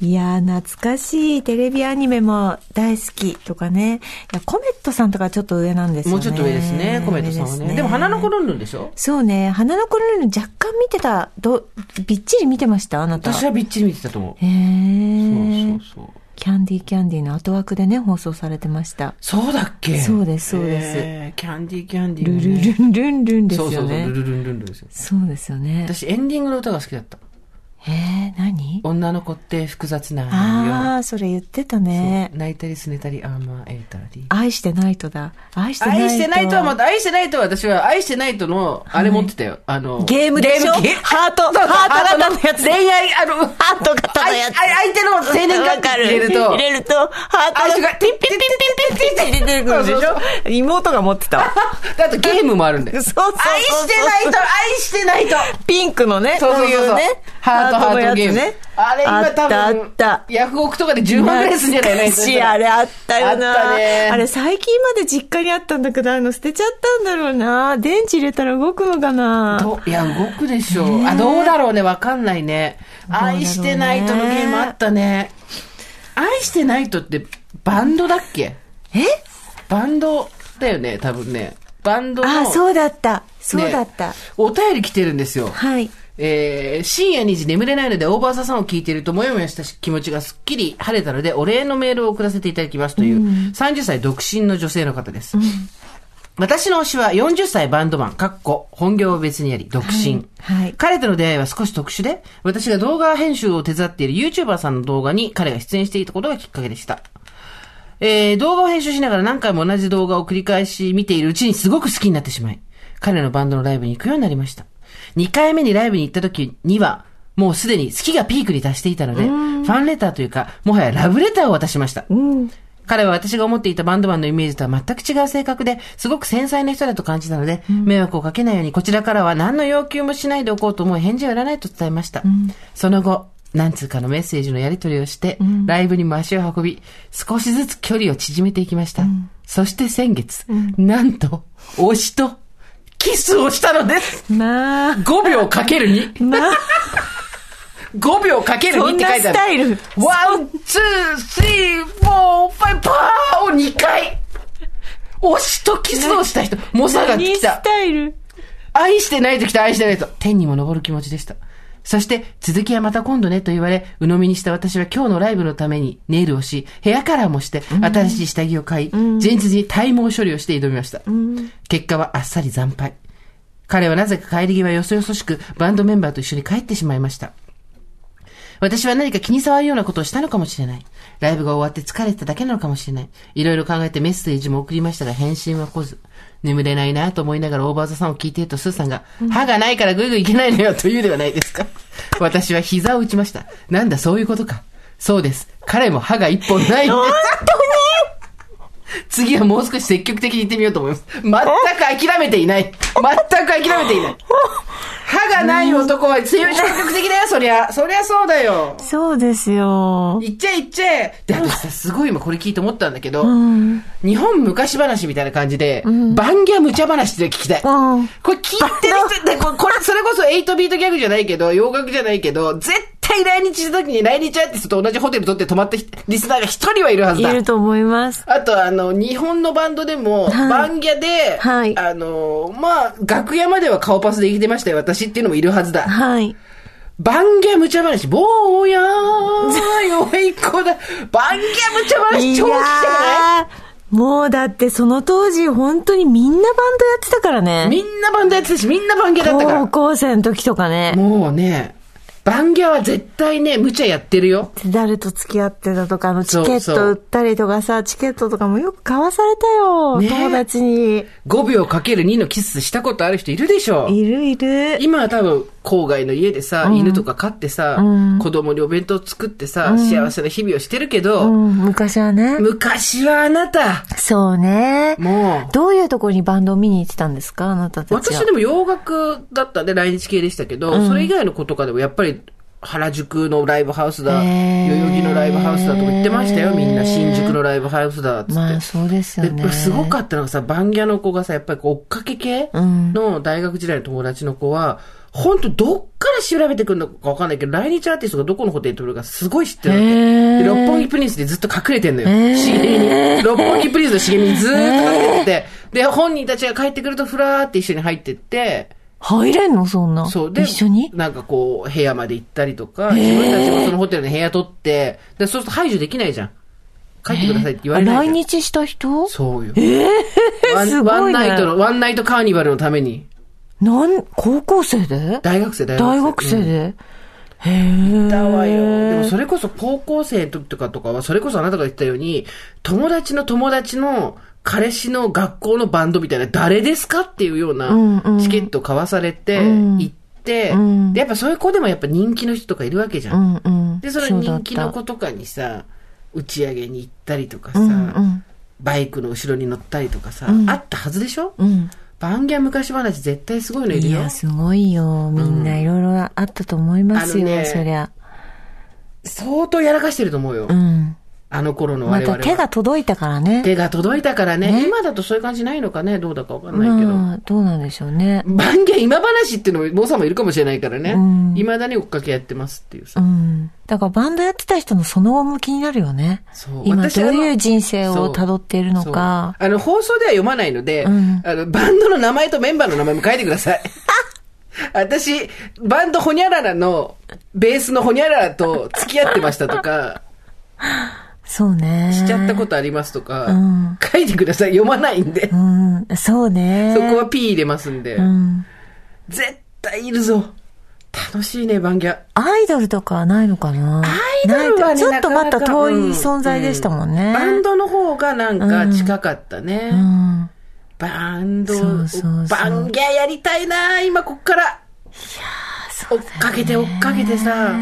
S3: いやー、懐かしい。テレビアニメも大好きとかね。いや、コメットさんとかちょっと上なんですよ
S2: も
S3: ね。
S2: うちょっと上ですね、コメントさんは
S3: 上
S2: ね。でも花の頃のでしょ
S3: そうね。花の頃の若干見てた。ど、びっちり見てましたあなた。
S2: 私はびっちり見てたと思う。
S3: へー
S2: そうそうそう。
S3: キャンディーキャンディーの後枠でね、放送されてました。
S2: そうだっけ
S3: そうですそうです
S2: えーキャンディーキャンディー、
S3: ル
S2: ね。
S3: ルルンルンルンです
S2: そうそ
S3: よ
S2: うそう、
S3: ね
S2: ル。ルルンルンルンですよ。
S3: そうですよね。
S2: 私エンディングの歌が好きだった。
S3: えー、何
S2: 女の子って複雑な
S3: ああ、それ言ってた
S2: よ。
S3: ね
S2: そう。泣いたりすねたり、あーまあ、えたり。
S3: 愛してないとだ。愛してないと。
S2: 愛してないとはまた、愛してないとは私は、愛してないとの、あれ持ってたよ。あの、
S3: ゲームでしょ
S2: ゲーム
S3: ハート、
S2: そう
S3: ハート型のやつ。
S2: 恋愛、あの、
S3: ハート型のやつ。
S2: あい相手の生年
S3: わ
S2: 月
S3: か
S2: 日
S3: る。
S2: 入れると
S3: 入、れると、ハート
S2: 相手が、ピッピッピッピッピッピッピ
S3: 出
S2: ッ
S3: てくるでしょ妹が持ってたわ。
S2: であとゲームもあるんだ
S3: そう
S2: よ。
S3: そうそうそう。
S2: 愛してないと、愛してないと。
S3: ピンクのね、
S2: そうそうそう
S3: こ
S2: そうう
S3: いね。
S2: ハートハ
S3: の
S2: ー
S3: や
S2: ト
S3: つ
S2: ゲーム。あれ今多分、
S3: あったあった。
S2: ヤフオクとかで10万 ぐらいするんじゃない
S3: 懐かしいあれあったよな。
S2: あったね
S3: あれ最近まで実家にあったんだけど、あの捨てちゃったんだろうな。電池入れたら動くのかな。
S2: どいや、動くでしょう。あ、どうだろうね、わかんないね。
S3: うだろうね
S2: 愛してないとのゲームあったね。愛してないとって、バンドだっけ
S3: え
S2: バンドだよね、多分ね。バンドの。
S3: あ、そうだった。そう
S2: ね
S3: だった。
S2: お便り来てるんですよ。
S3: はい。
S2: えー深夜2時眠れないのでオーバーザさんを聞いているともやもやした気持ちがすっきり晴れたのでお礼のメールを送らせていただきますという、30歳独身の女性の方です。私の推しは40歳バンドマン、かっこ、本業は別にあり、独身、
S3: はいはい
S2: 彼との出会いは少し特殊で、私が動画編集を手伝っている YouTuber さんの動画に彼が出演していたことがきっかけでした。えー動画を編集しながら何回も同じ動画を繰り返し見ているうちにすごく好きになってしまい、彼のバンドのライブに行くようになりました。2回目にライブに行った時には、もうすでに好きがピークに達していたので、ファンレターというか、もはやラブレターを渡しました。彼は私が思っていたバンドマンのイメージとは全く違う性格で、すごく繊細な人だと感じたので、迷惑をかけないようにこちらからは何の要求もしないでおこうと思う返事をやらないと伝えました。その後、何通かのメッセージのやり取りをして、ライブにも足を運び、少しずつ距離を縮めていきました。そして先月、なんと、推しと、キスをしたの です
S3: まあ。
S2: !5 秒かける2。
S3: まあ、
S2: 5秒かける2って書いて
S3: そんな
S2: ある。
S3: スタイル
S2: ワン、ツー、スリー、フォー、ファイブ、パーを2回。押しとキスをした人、モサが
S3: 何
S2: 来
S3: ス
S2: た。
S3: タイル
S2: 愛してないと来た、愛してないと。天にも昇る気持ちでした。そして、続きはまた今度ねと言われ、鵜呑みにした私は今日のライブのためにネイルをし、ヘアカラーもして、新しい下着を買い、前日に体毛処理をして挑みました。結果はあっさり惨敗。彼はなぜか帰り際よそよそしくバンドメンバーと一緒に帰ってしまいました。私は何か気に障るようなことをしたのかもしれない。ライブが終わって疲れてただけなのかもしれない。いろいろ考えてメッセージも送りましたが返信は来ず。眠れないなと思いながらオーバーザさんを聞いているとスーさんが、歯がないからぐいぐいいけないのよと言うではない ですか。私は膝を打ちました。なんだそういうことか。そうです。彼も歯が一本ないんです。次はもう少し積極的に行ってみようと思います。全く諦めていない。全く諦めていない。歯がない男は強い積極的だよ、そりゃ。そりゃそうだよ。
S3: そうですよ。
S2: 行っちゃえ行っちゃえで、私さ、すごい今これ聞いて思ったんだけど、日本昔話みたいな感じで、バンギャ無茶話って聞きたい。
S3: うん
S2: これ聞いてる人で、これ、これそれこそ8ビートギャグじゃないけど、洋楽じゃないけど、絶対来日した時に来日アーティストと同じホテル取って泊まった人リスナーが一人はいるはず
S3: い
S2: だ。
S3: ると思います。
S2: あと、あの、日本のバンドでも、
S3: はい
S2: バンギャで、
S3: はい
S2: あの、まあ、楽屋までは顔パスで生きてましたよ、私っていうのもいるはずだ。
S3: はい。
S2: バンギャ無茶話、坊やー、よい子だ。バンギャ無茶話、超聞きたくな
S3: や
S2: い
S3: ーもうだってその当時本当にみんなバンドやってたからね。
S2: みんなバンドやってたし、みんなバンギャだったか
S3: 高
S2: ら。
S3: 校生の時とかね。
S2: もうね、バンギャは絶対ね、無茶やってるよ。
S3: 誰と付き合ってたとか、あのチ
S2: そう
S3: ケット売ったりとかさ、チケットとかもよく買わされたよ。
S2: ね
S3: 友達に。
S2: 5秒かける2のキスしたことある人いるでしょ。
S3: いるいる。
S2: 今は多分、郊外の家でさ、犬とか飼ってさ、子供にお弁当作ってさ、幸せな日々をしてるけ
S3: う
S2: ど、
S3: ん、昔はね。
S2: 昔はあなた、
S3: そうね。
S2: もう、
S3: どういうところにバンドを見に行ってたんですかあなたたちは。
S2: 私でも洋楽だったんで来日系でしたけど、それ以外の子とかでもやっぱり原宿のライブハウスだ、
S3: へー
S2: 代々木のライブハウスだとか言ってましたよ、みんな。新宿のライブハウスだっつって。
S3: まあそうですよ
S2: で
S3: ね。
S2: すごかったのがさ、バンギャの子がさ、やっぱりこう追っかけ系の大学時代の友達の子は、本当どっから調べてくるのかわかんないけど、来日アーティストがどこのホテルとかすごい知ってるわけ。
S3: へー
S2: で六本木プリンスでずっと隠れてんのよ。茂みに。六本木プリンスの茂みにずーっと隠れてて。で、本人たちが帰ってくるとふらーって一緒に入ってって、
S3: 入れんのそんな。
S2: そう。で、
S3: 一緒に
S2: なんかこう、部屋まで行ったりとか、自分たちもそのホテルの部屋取って、で、そうすると排除できないじゃん。帰ってくださいって言わ
S3: あ
S2: れないじゃん
S3: 来日した人
S2: そうよ。えワン
S3: すごいね
S2: ワンナイトの、ワンナイトカーニバルのために。
S3: なん、高校生で
S2: 大学生、大学生。
S3: 大学生
S2: うん
S3: で、へえ。
S2: だわよ。でもそれこそ高校生の時とかとかは、それこそあなたが言ってたように、友達の友達の彼氏の学校のバンドみたいな、誰ですかっていうよう
S3: うんう
S2: なんチケット買わされて、
S3: うん
S2: 行って、
S3: うん
S2: で、やっぱそういう子でもやっぱ人気の人とかいるわけじゃ。
S3: うんんうん。
S2: で、その
S3: うだっ
S2: 人
S3: た
S2: 気の子とかにさ、打ち上げに行ったりとかさ、
S3: うんうん。
S2: バイクの後ろに乗ったりとかさ、あったはずでしょ
S3: うん。
S2: バンギャ昔話絶対すごいのいる
S3: い
S2: よ
S3: や、。すごいよ。みんないろいろあったと思いますよ、
S2: あのね
S3: そりゃ。
S2: 相当やらかしてると思うよ。
S3: うん。
S2: あの頃の
S3: ま
S2: 我々は。
S3: た手が届いたからね。
S2: 手が届いたからね
S3: ね
S2: 今だとそういう感じないのかね。どうだかわかんないけど。
S3: まあ、どうなんでしょうね。
S2: バンギャ今話っていうのも、坊さんもいるかもしれないからね
S3: うん。
S2: いま、だに追っかけやってますっていう
S3: う
S2: さ。
S3: ん。だからバンドやってた人のその後も気になるよね。
S2: そう
S3: 今
S2: 私
S3: ど
S2: あの
S3: ういう人生を辿っているの
S2: そう
S3: か。
S2: あの、放送では読まないので、
S3: うん
S2: あの、バンドの名前とメンバーの名前も書いてくだ さい。私、バンドホニャララの、ベースのホニャララと付き合ってましたとか、
S3: そうね。
S2: しちゃったことありますとか、
S3: うん
S2: 書いてください。読まないんで
S3: う。ん。そうね。
S2: そこは P 入れますんで。
S3: うん。
S2: 絶対いるぞ。楽しいね、バンギャ。
S3: アイドルとかはないのかな
S2: アイドルはね、
S3: ちょっとまた
S2: なかなか
S3: 遠い
S2: うん
S3: 存在でしたもんね。
S2: バンドの方がなんか近かったね。
S3: うん。
S2: バンド
S3: そうそうそう
S2: バンギャやりたいな今こっから。
S3: そ
S2: 追
S3: う
S2: っかけて追っかけてさ。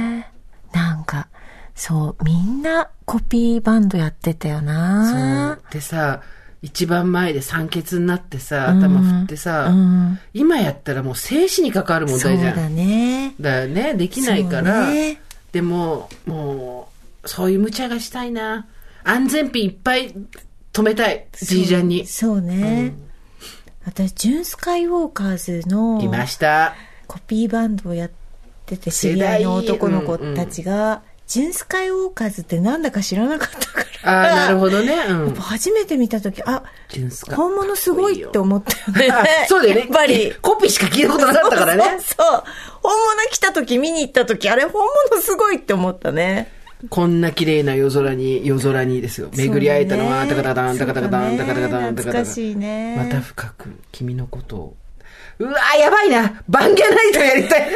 S3: なんか、そう、みんなコピーバンドやってたよな。
S2: でさ、一番前で酸欠になってさ、頭振ってさ、
S3: うん。
S2: 今やったらもう生死に関わる問
S3: そう
S2: 題じゃん。だ
S3: だね。
S2: よね、できないから。
S3: そうね
S2: でも、もう、そういう無茶がしたいな。安全ピンいっぱい止めたい。じいちゃんに。
S3: そうね。私、ジュンスカイウォーカーズの
S2: いました。
S3: コピーバンドをやってて、知り合いの男の子たちが、ジュンスカイウォーカーズってなんだか知らなかった
S2: あ
S3: か
S2: あ、
S3: ら。
S2: なるほどね。うん。
S3: 初めて見たとき、あ、
S2: ジュンスカ
S3: 本物すごいって思ったよね
S2: あ。そうだよね。
S3: やっぱり。
S2: コピーしか聞いたことなかったからね。
S3: そうそうそう本物来た時見に行った時あれ本物すごいって思ったね
S2: こんな綺麗な夜空に、夜空にですよ。巡り会えたのは、
S3: そ
S2: タ
S3: う
S2: カ
S3: ね
S2: タタン、タカタカタン、
S3: そ
S2: タ
S3: う
S2: カタカタ
S3: だ
S2: ン、
S3: ね
S2: タ
S3: 懐
S2: カタカタン。
S3: かしいね
S2: また深く君のことを。うわーやばいなバンギャナイトやりたい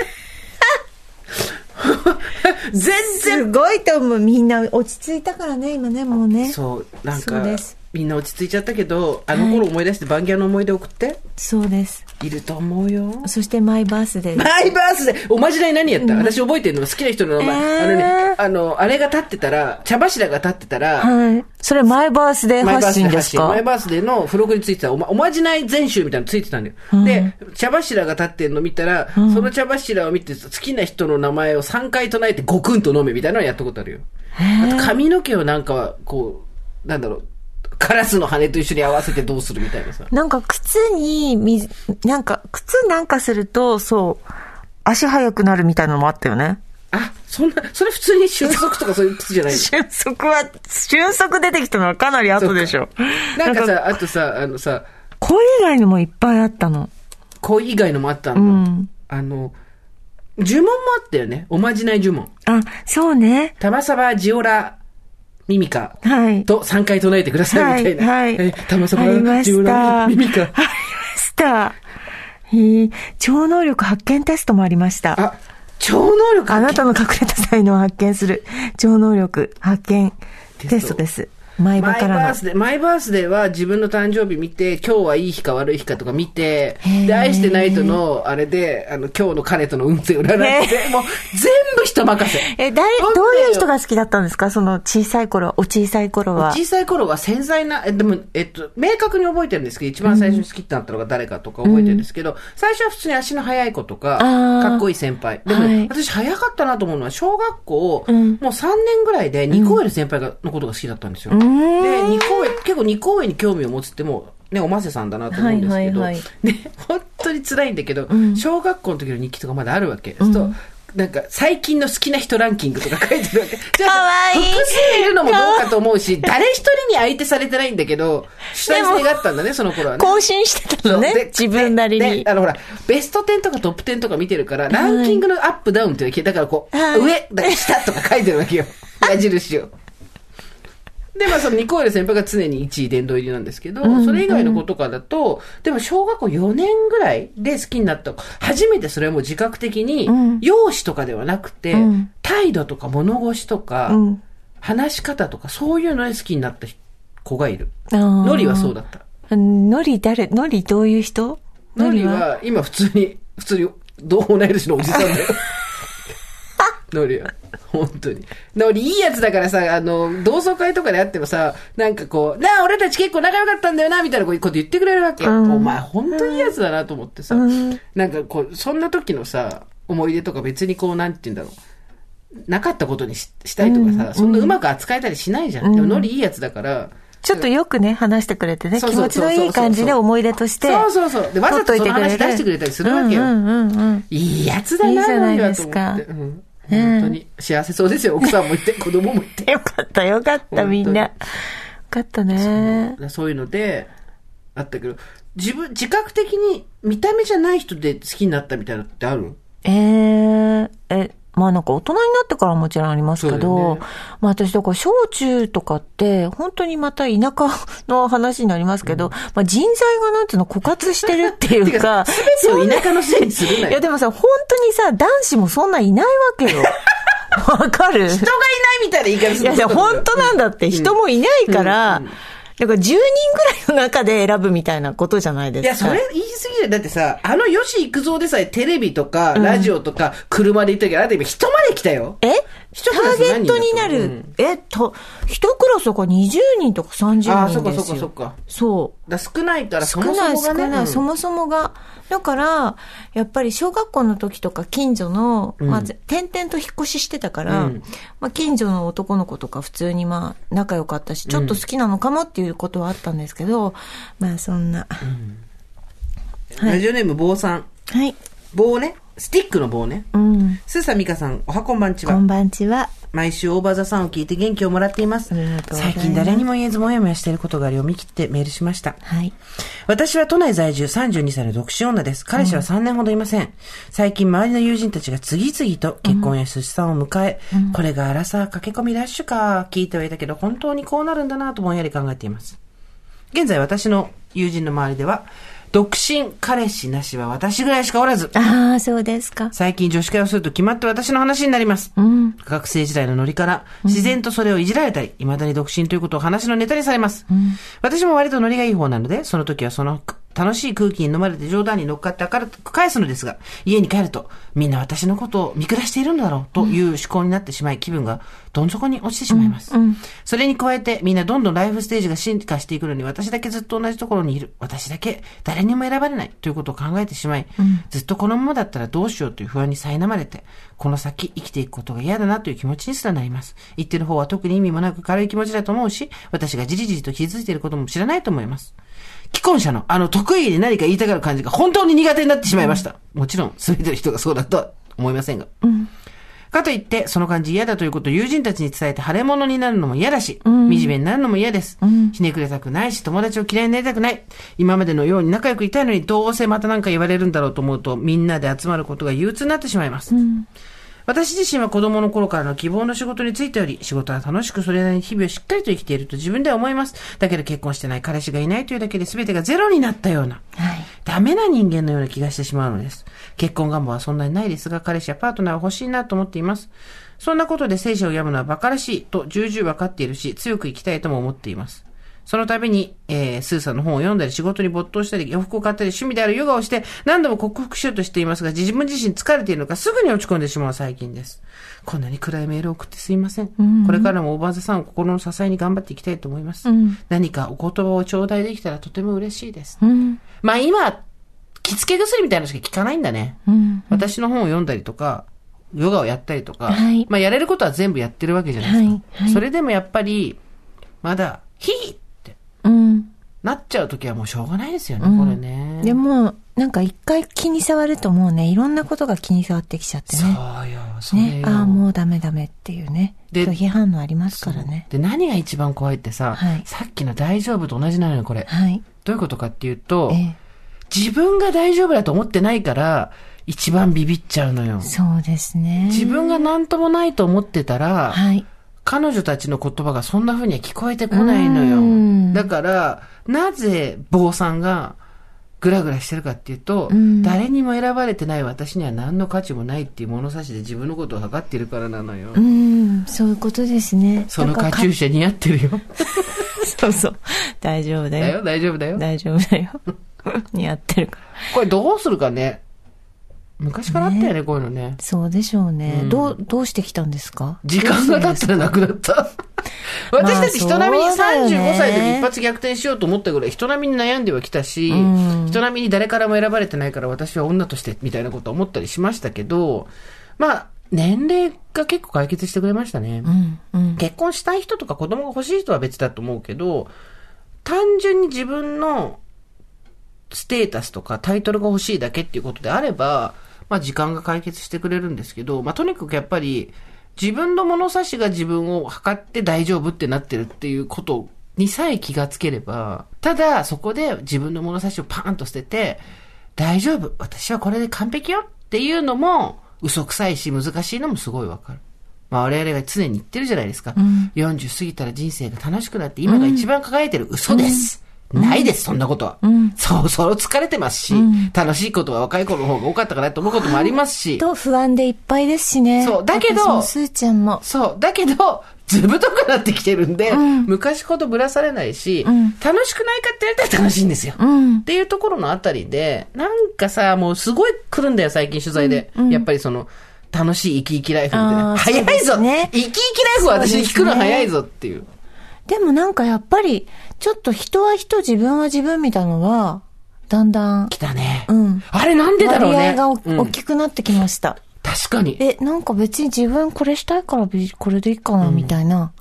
S2: 全然
S3: すごいと思うみんな落ち着いたからね今ねもうねそう
S2: そう、なん
S3: そう
S2: か
S3: です、
S2: みんな落ち着いちゃったけど、あの頃思い出してバンギャの思い出送って。
S3: です
S2: いると思うよ。
S3: そしてマイバースデー
S2: マイバースデーおまじない何やった、私覚えてるの好きな人の名
S3: え
S2: 前。
S3: ー
S2: あのね、あの、あれが立ってたら、茶柱が立ってたら、
S3: はいそれマイバースデー
S2: マイバー
S3: 発
S2: スデ
S3: 信
S2: ー
S3: です
S2: マイ
S3: か
S2: バースデーの付録についてたおまおまじない全集みたいなのついてたんだよ。で、茶柱が立ってるの見たら、その茶柱を見て好きな人の名前を3回唱えてゴクンと飲めみたいなのをやったことあるよ。あと髪の毛をなんかは、こう、なんだろう、カラスの羽と一緒に合わせてどうするみたいなさ。
S3: なんか靴に水なんか靴なんかするとそう足速くなるみたいなのもあったよね
S2: あ、そんな、それ普通に瞬足とか そういう靴じゃないの
S3: 瞬足は瞬足出てきたのはかなり後でしょ
S2: なんかさ、あとさ、あのさ、
S3: 声以外にもいっぱいあったの
S2: 恋以外のもあったの。
S3: ん
S2: あの、呪文もあったよね。おまじない呪文。
S3: あ、そうね。
S2: 玉サバジオラミミカ
S3: はい。
S2: と3回唱えてくださいみたいな。
S3: はいはい
S2: え玉サ
S3: あり
S2: バ
S3: ま
S2: ジオ
S3: し
S2: ラ
S3: た。
S2: ミミ カ
S3: あり。ました。えー超能力発見テストもありました。
S2: あ、超能力
S3: あなたの隠れた才能を発見する超能力発見テストです。前場
S2: マイ
S3: から
S2: バ
S3: の
S2: ー。スデー、マイバースデーは自分の誕生日見て、今日はいい日か悪い日かとか見て
S3: へ、ー
S2: で、愛してないとの、あれで、あの、今日の彼との運勢占って、もう、全部人任せ。
S3: え、誰、
S2: なんだよ
S3: どういう人が好きだったんですかその小さい頃、お小さい頃は。
S2: 小さい頃は繊細な、えでも、えっと、明確に覚えてるんですけど、一番最初に好きになったのが誰かとか覚えてるんですけど、最初は普通に足の速い子とか、
S3: あー
S2: かっこいい先輩。でも、
S3: はい
S2: 私早かったなと思うのは、小学校、
S3: うん
S2: もう3年ぐらいで2校上の先輩が、のことが好きだったんですよ。
S3: うーん
S2: で、二公演、結構二公演に興味を持つってもう、ね、おませさんだなと思うんですけど、
S3: はいはいはい
S2: ね、本当に辛いんだけど、
S3: ん
S2: 小学校の時の日記とかまだあるわけ。そうすると、なんか、最近の好きな人ランキングとか書いてるわ け。じゃ
S3: かわ
S2: あ、
S3: いい
S2: 複数いるのもどうかと思 うし、誰一人に相手されてないんだけど、主体性があったんだね、その頃はね。
S3: 更新してた
S2: そ
S3: の
S2: う
S3: ね
S2: で。
S3: 自分なり
S2: で
S3: に
S2: で。あのほら、ベスト10とかトップ10とか見てるから、ランキングのアップダウンっていうのはだからこう、
S3: はい
S2: 上、だから下とか書いてるわ けよ。矢印を。で、まあそのニコール先輩が常に1位殿堂入りなんですけど、それ以外の子とかだと、でも小学校4年ぐらいで好きになった子、初めてそれはもう自覚的に、
S3: ん
S2: 容姿とかではなくて、
S3: うん
S2: 態度とか物腰とか、
S3: うん
S2: 話し方とか、そういうので好きになった子がいる。ノ
S3: ノ
S2: リはそうだった。
S3: ノリ誰ノリどういう人
S2: ノリは、今普通に、普通に、同同い年のおじさん だよ。ノリは。本当に。ノリいいやつだからさ、あの、同窓会とかであってもさ、なんかこう、なあ、俺たち結構仲良かったんだよな、みたいなこと言ってくれるわけ。
S3: うん
S2: お前本当にいいやつだなと思ってさ、
S3: うん
S2: なんかこう、そんな時のさ、思い出とか別にこう、なんて言うんだろう。なかったことにししたいとかさ、そんなうまく扱えたりしないじゃん。でもノリいいやつだから、
S3: ちょっとよくね、話してくれてね、
S2: そう
S3: 気
S2: そう
S3: 持ちのいい感じで思い出として。
S2: そうそうそう。で、わざとその話
S3: 取っ
S2: 出
S3: とい
S2: してくれたりするわけよ。
S3: うんうんうんうん。
S2: いいやつだな、
S3: いいじゃない
S2: ノリは
S3: で
S2: と
S3: す
S2: 思
S3: か
S2: ってうん本当に幸せそうですよ。奥さんもいて、子供もいて。
S3: よかったよかった、みんな。よ
S2: 本
S3: かったね。
S2: そういうので、あったけど、自分、自覚的に見た目じゃない人で好きになったみたいなのってある
S3: えー、え、まあなんか大人になってからもちろんありますけ
S2: そうだよ
S3: ど、
S2: ね
S3: まあ私だから小中とかって、本当にまた田舎の話になりますけど、まあ人材がなんていうの枯渇してるってい
S2: て
S3: うか、
S2: か すべてを田舎のせいにするな
S3: や
S2: いよ。人がい
S3: でもさ、本当にさ、男子もそんないないわけよ。わかる
S2: ないみたいな言い方す
S3: い
S2: る
S3: や、いや本当なんだって、人もいないから、だから10人ぐらいの中で選ぶみたいなことじゃないで
S2: いや、
S3: すか。
S2: それ言い過ぎじゃん。だってさ、あの吉幾三でさえテレビとか、ラジオとか、車で行ったけど、あなた今人まで来たよ。
S3: え
S2: 一
S3: タ
S2: クラ
S3: ー
S2: ス
S3: ゲ
S2: 何人だと
S3: ットになる、えと、一クラスとか20人とか30人ですよ。
S2: ああ、そっかそっかそっか。
S3: そう。
S2: だから少ないから、そ
S3: 少
S2: もそ
S3: ない
S2: もが
S3: 少
S2: ね。
S3: ない、
S2: うん
S3: そもそもが。だから、やっぱり小学校の時とか近所の、まあ、点々と引っ越ししてたから、
S2: うん
S3: まあ近所の男の子とか普通にまあ仲良かったし、ちょっと好きなのかもっていうことはあったんですけど、まあそんな。はい
S2: ラジオネーム、坊さん。
S3: はい。
S2: 棒ね。スティックの棒ね。
S3: うん。
S2: スーさん、ミカさん、おはこんばんち
S3: こ
S2: は。
S3: んばんちは。
S2: 毎週、オーバーザさんを聞いて元気をもらっています
S3: あ。りがとうござい
S5: 最
S3: ます。
S5: 近誰にも言えずもやもやしていることがあり読み切ってメールしました。
S3: はい。
S5: 私は都内在住32歳の独身女です。彼氏は3年ほどいません。最近周りの友人たちが次々と結婚や出産を迎え、これがアラサー駆け込みラッシュか、聞いてはいたけど本当にこうなるんだなとぼんやり考えています。現在私の友人の周りでは、独身彼氏なしは私ぐらいしかおらず、
S3: ああ、そうですか。
S5: 最近女子会をすると決まって私の話になります。
S3: うん。
S5: 学生時代のノリから、自然とそれをいじられたり、未だに独身ということを話のネタにされます。私も割とノリがいい方なので、その時はその楽しい空気に飲まれて冗談に乗っかって明るく返すのですが、家に帰ると、みんな私のことを見下しているんだろうという思考になってしまい、気分がどん底に落ちてしまいます。それに加えて、みんなどんどんライフステージが進化していくのに、私だけずっと同じところにいる。私だけ誰にも選ばれないということを考えてしまい、ずっとこのままだったらどうしようという不安に苛まれて、この先生きていくことが嫌だなという気持ちにすらなります。言ってる方は特に意味もなく軽い気持ちだと思うし、私がじりじりと気づいていることも知らないと思います。既婚者のあの得意で何か言いたがる感じが本当に苦手になってしまいました。もちろん、全ての人がそうだとは思いませんが。
S2: かといって、その感じ嫌だということを友人たちに伝えて腫れ物になるのも嫌だし、惨めになるのも嫌です。ひねくれたくないし、友達を嫌いになりたくない。今までのように仲良くいたいのに、どうせまた何か言われるんだろうと思うと、みんなで集まることが憂鬱になってしまいます。私自身は子供の頃からの希望の仕事についており、仕事は楽しくそれなりに日々をしっかりと生きていると自分では思います。だけど結婚してない彼氏がいないというだけで全てがゼロになったような、ダメな人間のような気がしてしまうのです。結婚願望はそんなにないですが、彼氏やパートナーは欲しいなと思っています。そんなことで生死を病むのは馬鹿らしいと重々わかっているし、強く生きたいとも思っています。その度に、えー、スーさんの本を読んだり、仕事に没頭したり、洋服を買ったり、趣味であるヨガをして、何度も克服しようとしていますが、自分自身疲れているのか、すぐに落ち込んでしまう最近です。こんなに暗いメールを送ってすいません。これからもおばあさんを心の支えに頑張っていきたいと思います。何かお言葉を頂戴できたらとても嬉しいです。まあ今、着付け薬みたいなのしか効かないんだね。私の本を読んだりとか、ヨガをやったりとか、
S3: はい
S2: まあやれることは全部やってるわけじゃないですか。
S3: はいはい
S2: それでもやっぱり、まだ、ヒーって
S3: うん。
S2: なっちゃうときはもうしょうがないですよね、
S3: うん
S2: これね。
S3: でも、なんか一回気に障るともうね、いろんなことが気に障ってきちゃって
S2: そう
S3: ね。
S2: よ、そうよ。
S3: ね。ああ、もうダメダメっていうね。
S2: で
S3: 拒否反応ありますからね。
S2: で、何が一番怖いってさ、
S3: はい
S2: さっきの大丈夫と同じなのよ、これ。
S3: はい。
S2: どういうことかっていうと
S3: え、え。
S2: 自分が大丈夫だと思ってないから、一番ビビっちゃうのよ。
S3: そうですね。
S2: 自分が何ともないと思ってたら、
S3: はい。
S2: 彼女たちの言葉がそんな風には聞こえてこないのよ。だから、なぜ坊さんがグラグラしてるかっていうと、誰にも選ばれてない私には何の価値もないっていう物差しで自分のことを測ってるからなのよ。
S3: うん、そういうことですね。
S2: そ
S3: だ
S2: の
S3: から
S2: カチューシャ似合ってるよ。
S3: そうそう。大丈夫だ
S2: だ
S3: よ。
S2: よ、大丈夫だよ。
S3: 大丈夫だ よ。似合ってるから。
S2: これどうするかね。昔からあったよね、こういうのね。
S3: そうでしょうね。どう、どうしてきたんですか
S2: 時間が経ったらなくなった。
S3: んです
S2: 私
S3: か
S2: たち人並みに
S3: まあそうだよね
S2: 35歳で一発逆転しようと思ったぐらい人並みに悩んではきたし、人並みに誰からも選ばれてないから私は女としてみたいなことは思ったりしましたけど、まあ、年齢が結構解決してくれましたね。
S3: うん、うん。
S2: 結婚したい人とか子供が欲しい人は別だと思うけど、単純に自分のステータスとかタイトルが欲しいだけっていうことであれば、まあ時間が解決してくれるんですけど、まあとにかくやっぱり自分の物差しが自分を測って大丈夫ってなってるっていうことにさえ気がつければ、ただそこで自分の物差しをパーンと捨てて、大丈夫私はこれで完璧よっていうのも嘘くさいし難しいのもすごいわかる。まあ我々が常に言ってるじゃないですか。40過ぎたら人生が楽しくなって今が一番輝いてる嘘です。ないです、そんなことは。そう、そろ疲れてますし、楽しいことは若い頃の方が多かったかなと思うこともありますし、
S3: と不安でいっぱいですしね。
S2: そうだけど
S3: 私もすーちゃんも。
S2: そう、だけど、ずぶとくなってきてるんで、昔ほどぶらされないし、楽しくないかって言われたら楽しいんですよ。っていうところのあたりで、なんかさ、もうすごい来るんだよ、最近取材で。やっぱりその、楽しい生き生きライフみたい
S3: あ
S2: な。
S3: ー
S2: 早
S3: そ
S2: い
S3: う
S2: ぞ、
S3: ですね
S2: 生き生きライフは私に聞くの早いぞっていう。
S3: でもなんかやっぱり、ちょっと人は人、自分は自分みたいのが、だんだん、
S2: 来たね。
S3: うん。
S2: あれなんでだろう
S3: 割
S2: ね
S3: 合。がお
S2: うん
S3: 大きくなってきました。
S2: 確かに。
S3: え、なんか別に自分これしたいからびこれでいいかな、みたいな。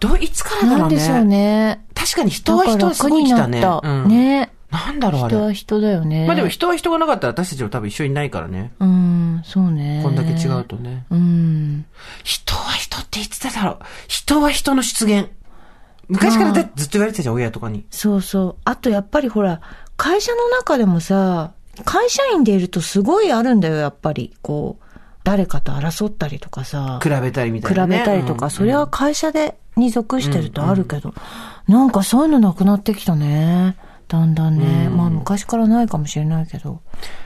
S2: どう、いつからだ
S3: な
S2: ろ
S3: ん
S2: う
S3: で
S2: ね。
S3: しょうね。
S2: 確かに人は人はすごい来たね。
S3: だから楽になった
S2: うん
S3: ね。
S2: なんだろうあれ
S3: 人。は人だよね。
S2: まあでも人は人がなかったら私たちも多分一緒にいないからね。
S3: うん、そうね。
S2: こんだけ違う。とね。
S3: うん。
S2: 人は人って言ってただろう。人は人の出現。昔からだってずっと言われてたじゃん、親とかに。
S3: そうそう。あとやっぱりほら、会社の中でもさ、会社員でいるとすごいあるんだよ、やっぱり。こう、誰かと争ったりとかさ。
S2: 比べたりみたい
S3: 比
S2: な、ね。
S3: べたりとか、
S2: うん
S3: それは会社でに属してるとあるけど、なんかそういうのなくなってきたね。だんだんね。まあ昔からないかもしれないけど。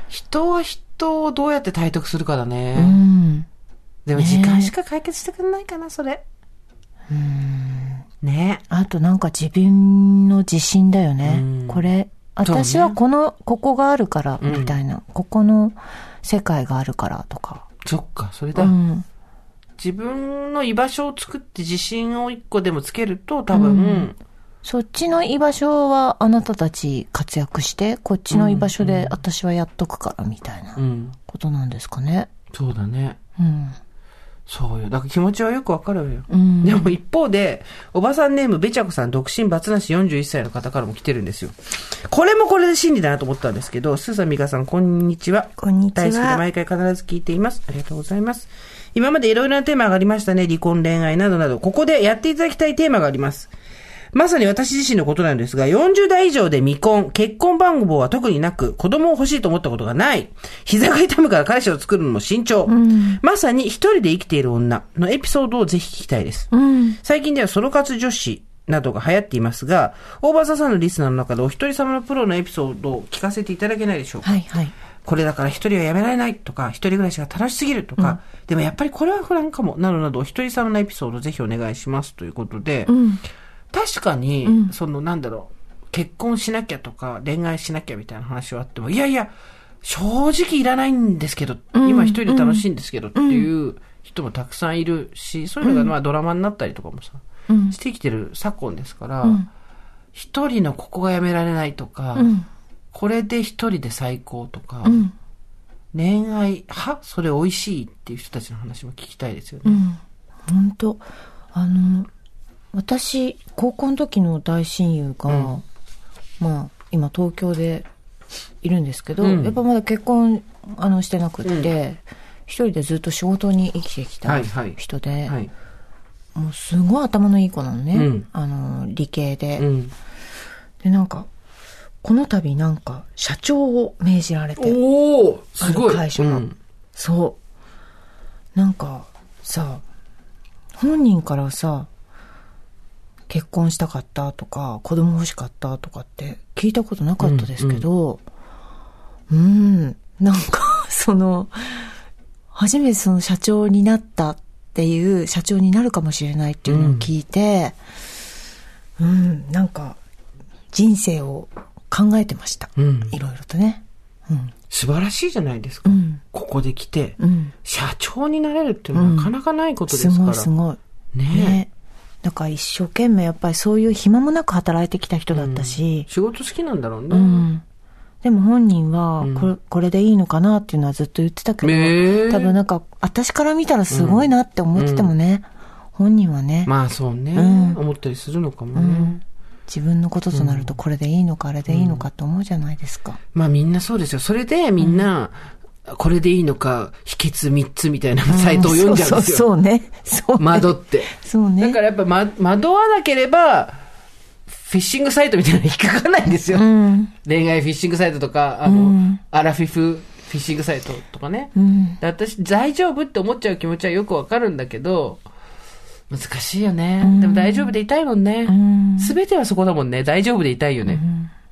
S2: 人は人をどうやって体得するかだね。
S3: うん。
S2: でも時間しか解決してくれないかな、それ。ね
S3: あとなんか自分の自信だよね。
S2: うん
S3: これ、私はこの、ここがあるから、みたいな、ここの世界があるからとか。
S2: そっか、それだ。
S3: うん。
S2: 自分の居場所を作って自信を一個でもつけると、多分、
S3: そっちの居場所はあなたたち活躍して、こっちの居場所で私はやっとくから、みたいな
S2: うん、
S3: ことなんですかね。
S2: そうだね。
S3: うん。
S2: そうよ。だから気持ちはよくわかるよ。
S3: うん。
S2: でも一方で、おばさんネームべちゃこさん、独身バツなし41歳の方からも来てるんですよ。これもこれで真理だなと思ったんですけど、スーさん、ミカさん、こんにちは。
S3: こんにちは
S2: 大好きで毎回必ず聞いています。ありがとうございます。今までいろいろなテーマがありましたね。離婚、恋愛などなど。ここでやっていただきたいテーマがあります。まさに私自身のことなんですが、40代以上で未婚、結婚番号は特になく、子供を欲しいと思ったことがない。膝が痛むから彼氏を作るのも慎重。まさに一人で生きている女のエピソードをぜひ聞きたいです。最近ではソロ活女子などが流行っていますが、大場さんのリスナーの中でお一人様のプロのエピソードを聞かせていただけないでしょうか
S3: はいはい。
S2: これだから一人はやめられないとか、一人暮らしが楽しすぎるとか、でもやっぱりこれは不安かも、などなど、お一人様のエピソードぜひお願いしますということで、確かに、そのなんだろう、結婚しなきゃとか、恋愛しなきゃみたいな話はあっても、いやいや、正直いらないんですけど、今一人で楽しいんですけどっていう人もたくさんいるし、そういうのがまあドラマになったりとかもさ、してきてる昨今ですから、一人のここがやめられないとか、これで一人で最高とか、恋愛はそれ美味しいっていう人たちの話も聞きたいですよね。
S3: 本当あの私高校の時の大親友が、まあ今東京でいるんですけど、
S2: うん
S3: やっぱまだ結婚あのしてなくって、一人でずっと仕事に生きてきた
S2: はいはい
S3: 人で、
S2: はい。
S3: もうすごい頭のいい子なのね、
S2: うん
S3: あの理系で、
S2: うん。
S3: でなんかこの度なんか社長を命じられて
S2: おおす
S3: あ
S2: ごい
S3: る会社
S2: う
S3: が
S2: ん。
S3: そうなんかさ本人からさ結婚したかったとか子供欲しかったとかって聞いたことなかったですけどうん,、なんか その初めてその社長になったっていう社長になるかもしれないっていうのを聞いてうんなんか人生を考えてました
S2: うん。
S3: いろいろとねうん
S2: 素晴らしいじゃないですか。
S3: ん
S2: ここで来て、
S3: うん
S2: 社長になれるっていうのはなかなかないことで
S3: す
S2: すから。
S3: ごいすごい
S2: ね
S3: ね。だから一生懸命やっぱりそういう暇もなく働いてきた人だったし、
S2: 仕事好きなんだろうね。
S3: うん。でも本人はこれ、これでいいのかなっていうのはずっと言ってたけど、
S2: ねえ
S3: 多分なんか私から見たらすごいなって思っててもね、本人はね、
S2: まあそうね、
S3: うん
S2: 思ったりするのかも
S3: う
S2: ね。
S3: ん、自分のこととなるとこれでいいのか、あれでいいのかって思うじゃないですか。
S2: まあみんなそうですよ。それでみんな、これでいいのか、秘訣3つみたいなサイトを読んじゃうんですよ。
S3: そうそうそうね。そうね。
S2: 窓って。
S3: そうね。
S2: だからやっぱ、ま、惑わなければ、フィッシングサイトみたいなの引っかかんないんですよ。
S3: うん。
S2: 恋愛フィッシングサイトとか、あの、
S3: うん
S2: アラフィフフィッシングサイトとかね。
S3: うん。
S2: で私、大丈夫って思っちゃう気持ちはよくわかるんだけど、難しいよね。でも大丈夫でいたいもん
S3: う
S2: ね。
S3: ん。
S2: すべ、てはそこだもんね。大丈夫でいたいよね。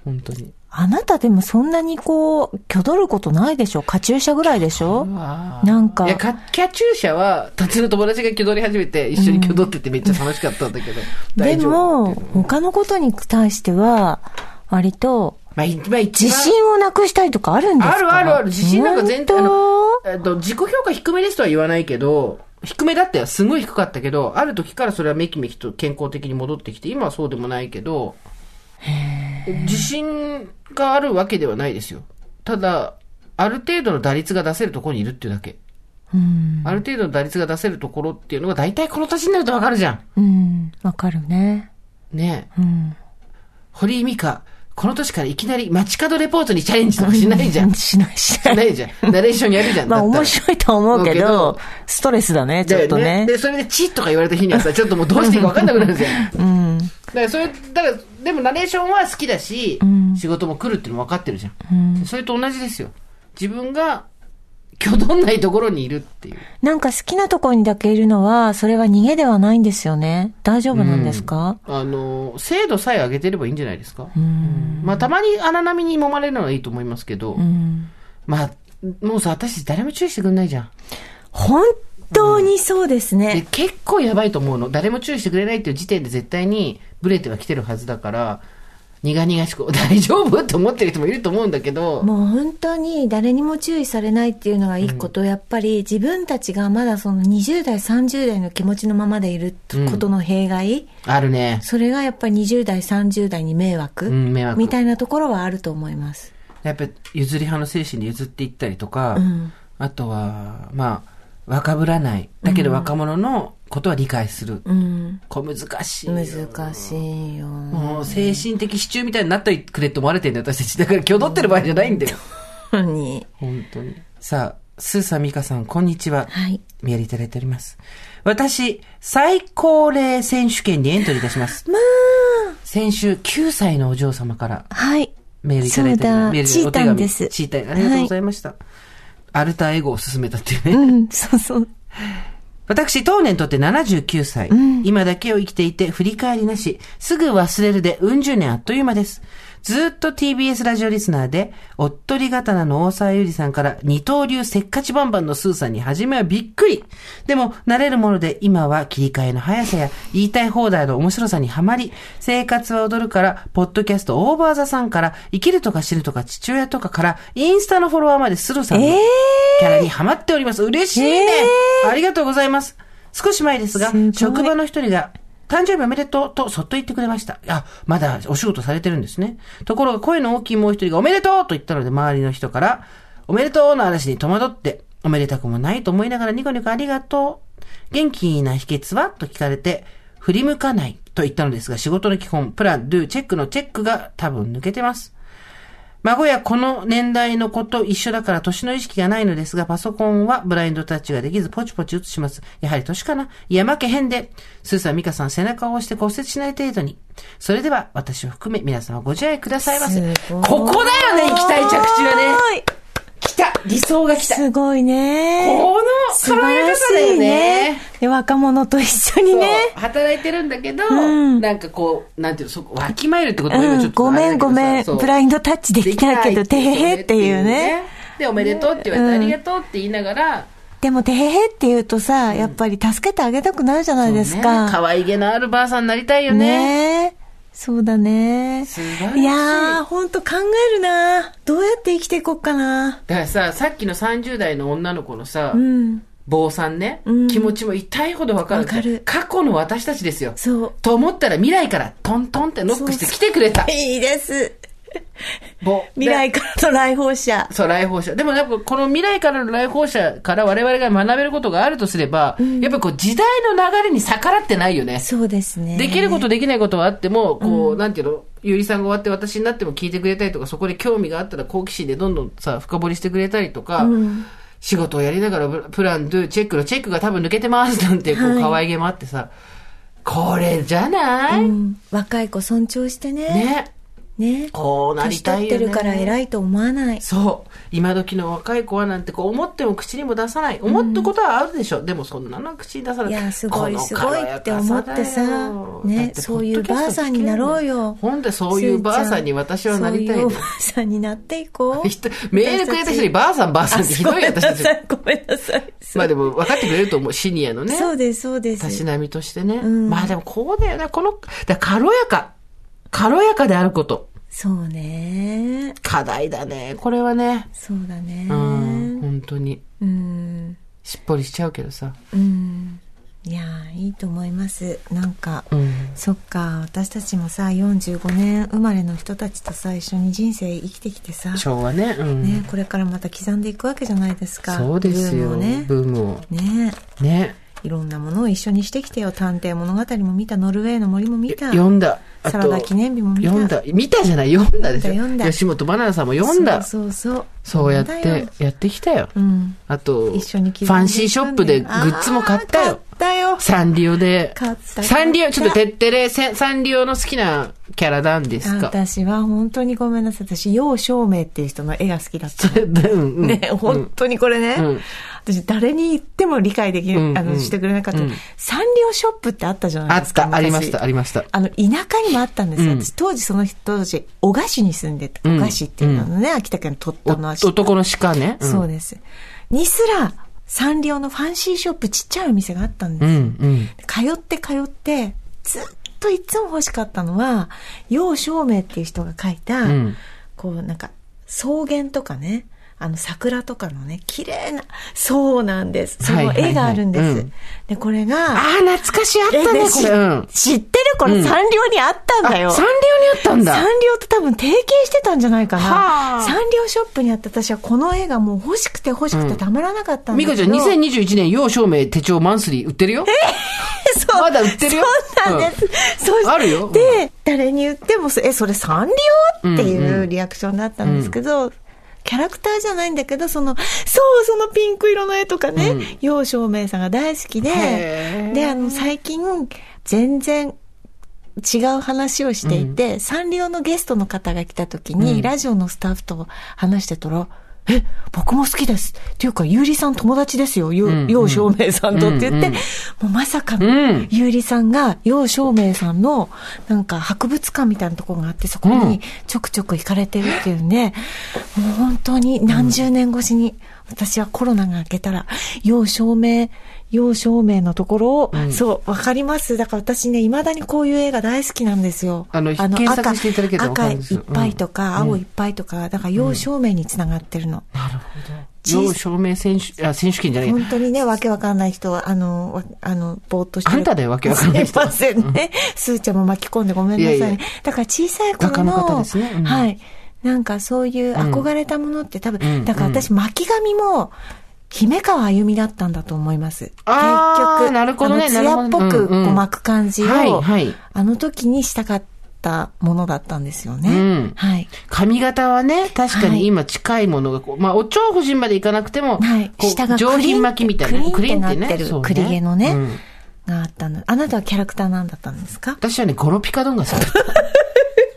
S2: 本当に。
S3: あなたでもそんなにこう、挙取ることないでしょカチューシャぐらいでしょなんか
S2: いや、かキャチューシャは、達の友達が気取り始めて、一緒に気取っててめっちゃ楽しかったんだけ ど。
S3: で
S2: 大丈夫
S3: も、他のことに対しては、割と、
S2: まあ、いまあ、一
S3: 自
S2: 番
S3: 信をなくしたりとかあるんですか
S2: あるあるある。自信なんか全体、あの
S3: 本
S2: えっと、自己評価低めですとは言わないけど、低めだったよ。すごい低かったけど、ある時からそれはめきめきと健康的に戻ってきて、今はそうでもないけど、自信があるわけではないですよ。ただ、ある程度の打率が出せるところにいるっていうだけ。
S3: 当うん。
S2: ある程度の打率が出せるところっていうのが大体この年になるとわかるじゃん。
S3: うん。わかるね。
S2: ねえ。
S3: うん。
S2: 堀井美香、この年からいきなり街角レポートにチャレンジとかしないじゃん。し
S3: しないしな。
S2: ないいじゃん。ナレーションやるじゃん。
S3: まあ
S2: だったら
S3: 面白いとは思うけ
S2: 思
S3: ど
S2: うけど、
S3: ストレスだね、ちょっと
S2: だよ
S3: ね。
S2: で、それでチッとか言われた日に はさ、ちょっともうどうしていいか分かんなくなるんですよ。だから、それ、だから、でもナレーションは好きだし、仕事も来るっていうのも分かってるじゃん。それと同じですよ。自分が、きょどんないところにいるっていう。
S3: なんか好きなところにだけいるのは、それは逃げではないんですよね。大丈夫なんですか
S2: あの、精度さえ上げてればいいんじゃないですか。まあ、たまに荒波に揉まれるのはいいと思いますけど、まあ、もうさ、私誰も注意してくんないじゃん。
S3: 本当にそうです
S2: で
S3: ね。
S2: 結構やばいと思うの誰も注意してくれないっていう時点で絶対にブレては来てるはずだから苦々しく 「大丈夫?」って思ってる人もいると思うんだけど
S3: もう本当に誰にも注意されないっていうのがいいこと、やっぱり自分たちがまだその20代、30代の気持ちのままでいることの弊害、
S2: あるね
S3: それがやっぱり20代、30代に迷惑、
S2: うん迷惑
S3: みたいなところはあると思います。
S2: やっぱ譲り派の精神で譲っていったりとか、
S3: ん
S2: あとはまあ若ぶらないだけど若者のことは理解する、
S3: うん。
S2: これ難しいよ
S3: 難しいよ。
S2: もう精神的支柱みたいになってくれって思われてるんだよ私たちだから気を取ってる場合じゃないんだよ
S3: 本当に。
S2: 本当にさあスーさん、ミカさん、こんにちは。
S3: はい。
S2: メールいただいております。私、最高齢選手権にエントリーいた します。
S3: ま
S2: 先週、9歳のお嬢様から
S3: あ、はい。
S2: メールいただいており
S3: そう
S2: ま
S3: だ
S2: す。メール
S3: チータンです
S2: チータン、ありがとうございました。アルターエゴを勧めたっていうね。
S3: うん、そうそう。
S2: 私、当年とって79歳、今だけを生きていて、振り返りなし。すぐ忘れるで、うん十年あっという間です。ずっと TBS ラジオリスナーで、おっとり刀の大沢ゆりさんから、二刀流せっかちバンバンのスーさんに初めはびっくり。でも、慣れるもので、今は切り替えの速さや、言いたい放題の面白さにはまり、生活は踊るから、ポッドキャストオーバーザさんから、生きるとか死ぬとか父親とかから、インスタのフォロワーまでスルさんの
S3: ええ
S2: キャラにハマっております。嬉しいね、ありがとうございます。少し前ですが、
S3: すごい
S2: 職場の一人が、誕生日おめでとうとそっと言ってくれました。あ、まだお仕事されてるんですね。ところが声の大きいもう一人がおめでとうと言ったので周りの人から、おめでとうの嵐に戸惑って、おめでたくもないと思いながらニコニコありがとう。元気な秘訣はと聞かれて、振り向かないと言ったのですが、仕事の基本、プラン、ドゥ、チェックのチェックが多分抜けてます。孫やこの年代の子と一緒だから年の意識がないのですが、パソコンはブラインドタッチができずポチポチ写します。やはり年かないや、負けへんで。スーさん、ミカさん、背中を押して骨折しない程度に。それでは、私を含め皆さんはご自愛くださいませ。ここだよね、行きたい着地はね。
S3: ね。
S2: 来た理想が来たこ
S3: すごいね。
S2: の
S3: 素
S1: 爽
S3: 晴
S1: や
S3: ら
S1: か
S3: し
S1: さだよ
S3: いね
S1: ね。。
S3: で、若者と一緒に
S1: そう
S3: ね。
S1: 働いてるんだけど、
S3: ん
S1: なんかこう、なんていうの、そこ、わきまえるってことも今ち
S3: う
S1: ょ
S3: ん、
S1: っと
S3: ご
S1: あれ
S3: め
S1: だけ
S3: ん
S1: ど
S3: ご
S1: さ
S3: めん。
S1: そう
S3: ブラインドタッチできないけど、てへへっていうね。。
S1: で、おめでとうって言われて、ありがとうって言いながら、
S3: でも、てへへって言うとさ、やっぱり助けてあげたくなるじゃないです
S1: ね可
S3: か。
S1: 愛げのあるばあさんになりたいよね。
S3: ねえ。そうだね。
S1: 素晴らしい
S3: いやー、ほんと考えるなどうやって生きていこうかな
S1: だからさ、さっきの30代の女の子のさ、
S3: うん。
S1: 坊さんね、
S3: うん
S1: 気持ちも痛いほどわかるんですよ
S3: わかる
S1: 過去の私たちですよ。
S3: そう。
S1: と思ったら未来からトントンってノックして来てくれた。
S3: いいです。
S1: ぼ
S3: 未来からの来訪者。
S1: そう、来訪者。でもやっぱこの未来からの来訪者から我々が学べることがあるとすれば、やっぱこう時代の流れに逆らってないよね。
S3: そうですね。
S1: できることできないことはあっても、こう、なんていうの、ゆりさんが終わって私になっても聞いてくれたりとか、そこで興味があったら好奇心でどんどんさ、深掘りしてくれたりとか、仕事をやりながらブプラン、ドゥ、チェックのチェックが多分抜けてますなんて、こう、可愛げもあってさ、これじゃない、
S3: うん若い子尊重してね。
S1: ね。
S3: ね。
S1: こうなり
S3: 年
S1: た
S3: 取
S1: い
S3: っ
S1: よね。
S3: てるから偉いと思わない。
S1: そう今時の若い子はなんてこう思っても口にも出さない思ったことはあるでしょ、でもそんなのは口に出さない
S3: いやすごい
S1: この
S3: すごいって思ってさ
S1: 軽やかだよ
S3: ね
S1: だって
S3: そういうばあさんになろうよ
S1: ほんでそういうばあさんに私はなりたい
S3: そ
S1: の
S3: ういうおばあさんになっていこ う。
S1: 人メールくれた人にばあさんばあさんってひどい
S3: ごめんな
S1: 私たち
S3: さい、ごめんなさい。
S1: まあでも分かってくれると思うシニアのね
S3: そうです、そうです。
S1: たしなみとしてね、
S3: ん
S1: まあでもこうだよねこのだから軽やか軽やかであること
S3: そうね。
S1: 課題だねこれはね
S3: そうだね。
S1: う
S3: うんん。
S1: 本当に
S3: うん。
S1: しっぽりしちゃうけどさ
S3: いやー、いいと思います。なんか、
S1: うん
S3: そっか、私たちもさ、45年生まれの人たちとさ、一緒に人生生きてきてさ、
S1: 昭和ねうん
S3: ね、これからまた刻んでいくわけじゃないですか。
S1: そうですよ。
S3: ブームをね。
S1: ブームを。
S3: ね
S1: ね。
S3: いろんなものを一緒にしてきてよ。探偵物語も見た、ノルウェーの森も見た。
S1: 読んだ。あ
S3: サラダ記念日も見た。
S1: 読んだ。見たじゃない、読んだですよ。
S3: 読んだ読んだ
S1: 吉本ばなナさんも読んだ。そう
S3: そうそうそう。
S1: やっ
S3: 読ん
S1: て
S3: だよ、
S1: やってきたよ。
S3: うん。
S1: あと、フ
S3: 一緒に刻んでいくんだよ
S1: ァンシーショップでグッズも買ったよ。
S3: あー買ったよ。
S1: サンリオで。
S3: 買った
S1: サンリ
S3: 買
S1: オ、
S3: っ
S1: ち
S3: た
S1: ょっとてってれ、せサンリオの好きなキャラなんですか。
S3: 私は本当にごめんなさい。私、楊照明っていう人の絵が好きだった。
S1: うん
S3: ね、本当にこれね、
S1: うん
S3: 私誰に言っても理解できる、
S1: うん
S3: あ
S1: う
S3: の、
S1: ん
S3: してくれなかった、
S1: うん
S3: サンリオショップってあったじゃな
S1: あ
S3: いで
S1: っ
S3: すか。
S1: た、ありました、ありました。
S3: あの、田舎にもあったんですよ。
S1: うん
S3: 私、当時、その人当時、小菓子に住んでた。
S1: うん
S3: 小菓子っていうのね、秋田県鳥
S1: お
S3: 取の足、
S1: 男の鹿ね。ん
S3: そうです。にすら、サンリオのファンシーショップちっちゃいお店があったんで
S1: う
S3: す。
S1: ん、うん。
S3: 通って通って、ずっといつも欲しかったのは、楊照明っていう人が書いた、
S1: ん
S3: こうなんか、草原とかね、あの桜とかのね、綺麗な、そうなんです。その
S1: はいはいはい
S3: 絵があるんです。
S1: うん
S3: で、これ
S1: あ
S3: が、
S1: あ、懐かしい、あっ
S3: え
S1: たね、
S3: で
S1: これ。うん。
S3: 知知ってるこ
S1: う
S3: れ
S1: ん
S3: サンリオにあったんだよ。
S1: あサンリオにあったんだ。
S3: サンリオと多分提携してたんじゃないか
S1: は
S3: な。
S1: あ
S3: サンリオショップにあった私はこの絵がもう欲しくて欲しくてたまらなかったんだ
S1: ミ
S3: けど、
S1: カちゃん、2021年、要証明手帳マンスリー売ってるよ。
S3: そう
S1: まだ売ってるよ
S3: そうなんです。そう
S1: あるよ
S3: で、誰に言っても、え、それサンリオっていうリアクションだったんですけど、キャラクターじゃないんだけど、その、そう、そのピンク色の絵とかね、楊照明さんが大好き
S2: へ
S3: で
S2: ー、
S3: で、あの、最近、全然、違う話をしていて、サンリオのゲストの方が来た時に、ラジオのスタッフと話してたら、え、僕も好きです。っていうか、ゆうりさん友達ですよ。よ
S2: ん
S3: 楊、照明さんとって言って、もうまさかの、
S2: うん
S3: ゆうりさんが、楊照明さんの、なんか、博物館みたいなところがあって、そこにちょくちょく行かれてるっていうんで、もう本当に何十年越しに、私はコロナが明けたら、楊照明、楊照明のところを、そう、わかります。だから私ね、未だにこういう映画大好きなんですよ。
S2: あの検索していただければわか
S3: 赤い
S2: るん
S3: っ
S2: ですよ
S3: ぱいとか、青いっぱいとか、だから楊照明につながってるの。
S2: 要証明選手、あ、選手権じゃない。
S3: 本当にね、わけわかんない人は、あの、わあの、ぼーっとしてる。
S2: あんただよわけわかんない人
S3: すいませんね。すーちゃんも巻き込んでごめんなさいね。
S2: いやいや
S3: だから小さい
S2: 画
S3: 頃
S2: 家の
S3: の、
S2: 方ですねうん
S3: はい。なんかそういう憧れたものって多分、
S2: うん
S3: だから私巻き髪も、姫川あゆみだったんだと思います。
S2: あーなるほどね
S3: あの艶っぽ
S2: なる
S3: く
S2: ほどねうんうん
S3: こう巻く感じを、
S2: はいはい
S3: あの時にしたかったものだったんですよね。
S2: うん
S3: はい。
S2: 髪型はね、確かに今近いものがこう、まあ、お蝶夫人までいかなくても、
S3: はい。
S2: こう
S3: 下が
S2: 上品巻きみたいなね。
S3: クリーンってなってる。
S2: そう
S3: クリ毛のね、
S2: うん
S3: があったの。あなたはキャラクターなんだったんですか
S2: 私はね、ゴロピカドン が好きだっ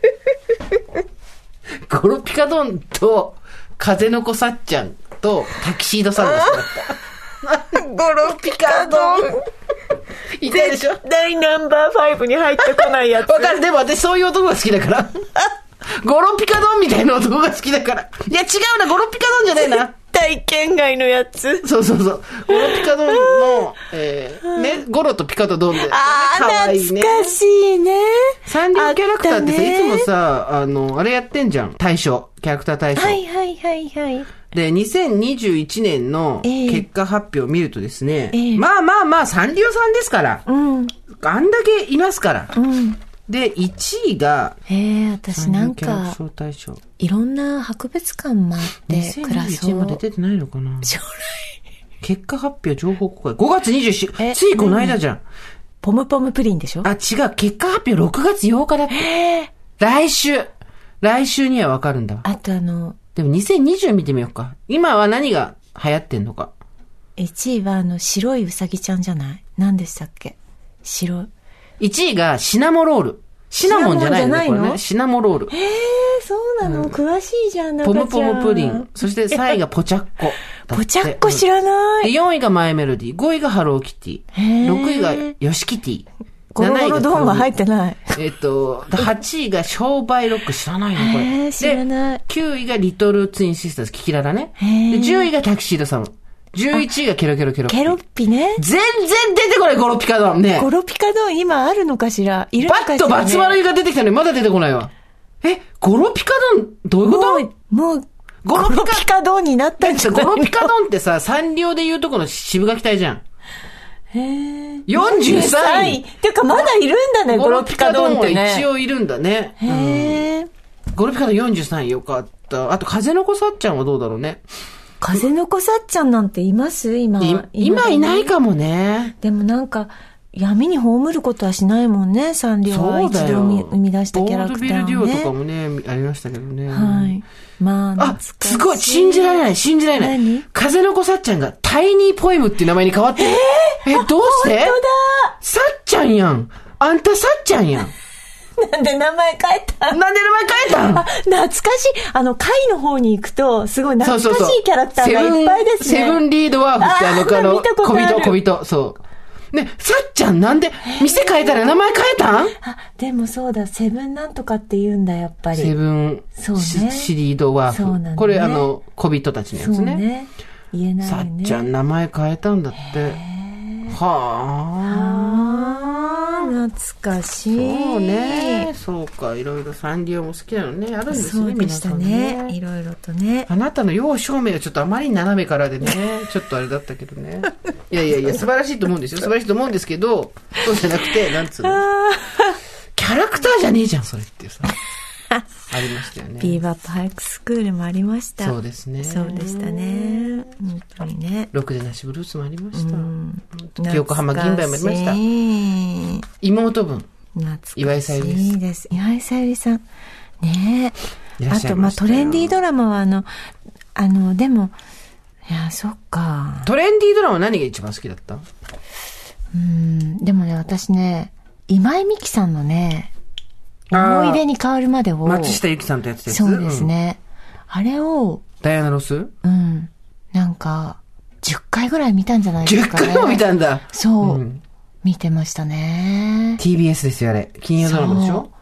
S2: た。ゴロピカドンと、風の子さっちゃんと、タキシードさんが好きだった。
S3: ゴロピカドン
S2: いたでしょ
S3: 第ナンバーファイブに入ってこないやつ。
S2: わかる、でも私そういう男が好き だから。ゴロピカドンみたいな男が好きだから。いや違うな、ゴロピカドンじゃねえな。
S3: 体験外のやつ。
S2: そうそうそう。ゴロピカドンの、えー、ね、ゴロとピカとドンで。
S3: あ
S2: かわ
S3: あ、
S2: いい
S3: 懐かしいね。
S2: サンリオキャラクターって
S3: あた
S2: さ、
S3: ね
S2: いつもさ、あの、あれやってんじゃん。大賞。キャラクター大賞。
S3: はいはいはいはい。
S2: で、2021年の
S3: ええ
S2: 結果発表を見るとですね、
S3: ええ
S2: まあまあまあ、サンリオさんですから、
S3: うん。
S2: あんだけいますから。
S3: うん。
S2: で、1位が、
S3: ええ私なん
S2: キャラク
S3: か、
S2: ター大賞。
S3: いろんな博物館もあって、暮ら
S2: 2021
S3: そ
S2: 年まで
S3: う。
S2: 出てないのかな
S3: 将来。
S2: 結果発表情報公開。5月27
S3: え
S2: ついこの間じゃん。
S3: ポムポムプリンでしょ
S2: あ、違う。結果発表6月8日だって。来週。来週にはわかるんだわ。
S3: あとあの、
S2: でも2020見てみようか。今は何が流行ってんのか。
S3: 1位はあの、白いウサギちゃんじゃない何でしたっけ白い。
S2: 1位がシナモロール。シナモンじゃないのね、
S3: シナモンじゃないの
S2: これね。シナモロール。
S3: そうなの、詳しいじゃん、
S2: ポムポムプリン。。そして3位がポチャッコ。
S3: ぽちゃっこ知
S2: ら
S3: らない。
S2: で、4位がマイメロディ。5位がハローキティ。
S3: へー
S2: 6位がヨシキティ。
S3: ゴロゴロドーンは入
S2: っ
S3: ってない。
S2: えっと、8位が商売ロック知らないの
S3: へ
S2: これ。
S3: ー知らない
S2: で、9位がリトルツインシスターズ、キキラだね。
S3: へ
S2: で、
S3: ー
S2: 10位がタキシードサム。11位がケロケロケロ。
S3: ケロッピね。
S2: 全然出てこない、ゴロピカドンね。
S3: ゴロピカドン今あるのかしらいるの
S2: バ
S3: かしら、ね、
S2: ッとバツ丸が出てきたのにまだ出てこないわ。え、ゴロピカドン、どういうこ
S3: も
S2: と
S3: う、もう、ゴ
S2: ゴロ
S3: ロ
S2: ピ
S3: ピ
S2: カ
S3: カドンになったんじゃない
S2: ゴロピカドンってさ、サンリオで言うとこの渋垣隊じゃん。
S3: へー
S2: 43
S3: 43
S2: 位。
S3: ていうかまだいるんだね、
S2: ゴ
S3: ゴ
S2: ロ
S3: ロ
S2: ピ
S3: ピ
S2: カ
S3: カ
S2: ド
S3: ド
S2: ン
S3: ンっ
S2: は
S3: てね。
S2: 一応いるんだね。
S3: へー
S2: ゴロピカドン43位よかった。あと、風の子さっちゃんはどうだろうね。
S3: 風の子さっちゃんなんています今
S2: い。今いない
S3: も
S2: かもね。
S3: でもなんか、闇に葬ることはしないもんね、サンリオは
S2: そう
S3: 一
S2: だよ。
S3: 度み生み出したキャラクター
S2: ボ
S3: を
S2: ールビルデュオとか
S3: ね。
S2: もね、ありましたけどね。
S3: はい。まあ、
S2: あ
S3: 懐、かし
S2: すごい、信じられない、信じられない
S3: 何。
S2: 風の子さっちゃんがタイニーポエムっていう名前に変わってる。えどうして
S3: 本
S2: さっちゃんやん。あんたさっちゃんやん。
S3: 当だなんで名前変えた
S2: なんで名前変えた
S3: あ懐か
S2: ん
S3: しい。あの、貝の方に行くと、すごい懐かしいキャラクターがいっぱいですね。
S2: セブンセブンリードワーフってあの、
S3: あー
S2: あの
S3: 見たこと
S2: 小
S3: ある
S2: 人、小人、そう。ね、さっちゃんなんで、店変えたら名前変えたん
S3: あ、でもそうだ、セブンなんとかって言うんだ、やっぱり。
S2: セブン
S3: そうね
S2: シシリードワ
S3: そうな
S2: ー
S3: んだ
S2: フ。
S3: ね
S2: これあの、小人たちのや
S3: そ
S2: つ
S3: う
S2: ね。
S3: ね。言えない
S2: さ
S3: よ
S2: っ
S3: ね。
S2: ちゃん名前変えたんだって。はあ。
S3: あー懐かしい。
S2: そうね。そうか。いろいろサンリオも好きなのね。あるんです
S3: そ
S2: ね。
S3: うでした
S2: 皆
S3: ね
S2: さん。
S3: いろいろとね。
S2: あなたの要証明がちょっとあまりに斜めからでね、 ちょっとあれだったけどね。いやいやいや、素晴らしいと思うんですよ。素晴らしいと思うんですけど、そうじゃなくて、なんつうの。キャラクターじゃねえじゃん、それっていうさ。ありましたよ
S3: ビ
S2: ね
S3: ー。バップハイクスクールもありました。
S2: そうですね。
S3: そうでしたね。本当にね。
S2: ろくでなしブルースもありました。
S3: うん
S2: 横浜銀杯もありまし
S3: 懐
S2: た
S3: かしい
S2: 妹分。
S3: 懐かしい
S2: 岩井さゆりです
S3: です。岩井さゆりさん。ねえ
S2: いらっ
S3: あ
S2: しゃい
S3: と、
S2: ま
S3: まあ、
S2: した
S3: ト
S2: よ
S3: レンディードラマは、あの、あの、でも、いや、そっか。
S2: トレンディードラマ何が一番好きだった
S3: うん。でもね、私ね、今井美樹さんのね、
S2: あー
S3: 思い出に変わるまでを。
S2: 松下由紀さんとやってたやつ
S3: そうです。ね。あれを、
S2: うんダイアナ・ロス
S3: うん。なんか、10回ぐらい見たんじゃないです
S2: ?10
S3: か、ね。
S2: 回も見たんだ。
S3: そう、見てましたね。
S2: TBS ですよ、あれ。金曜ドラマでしょ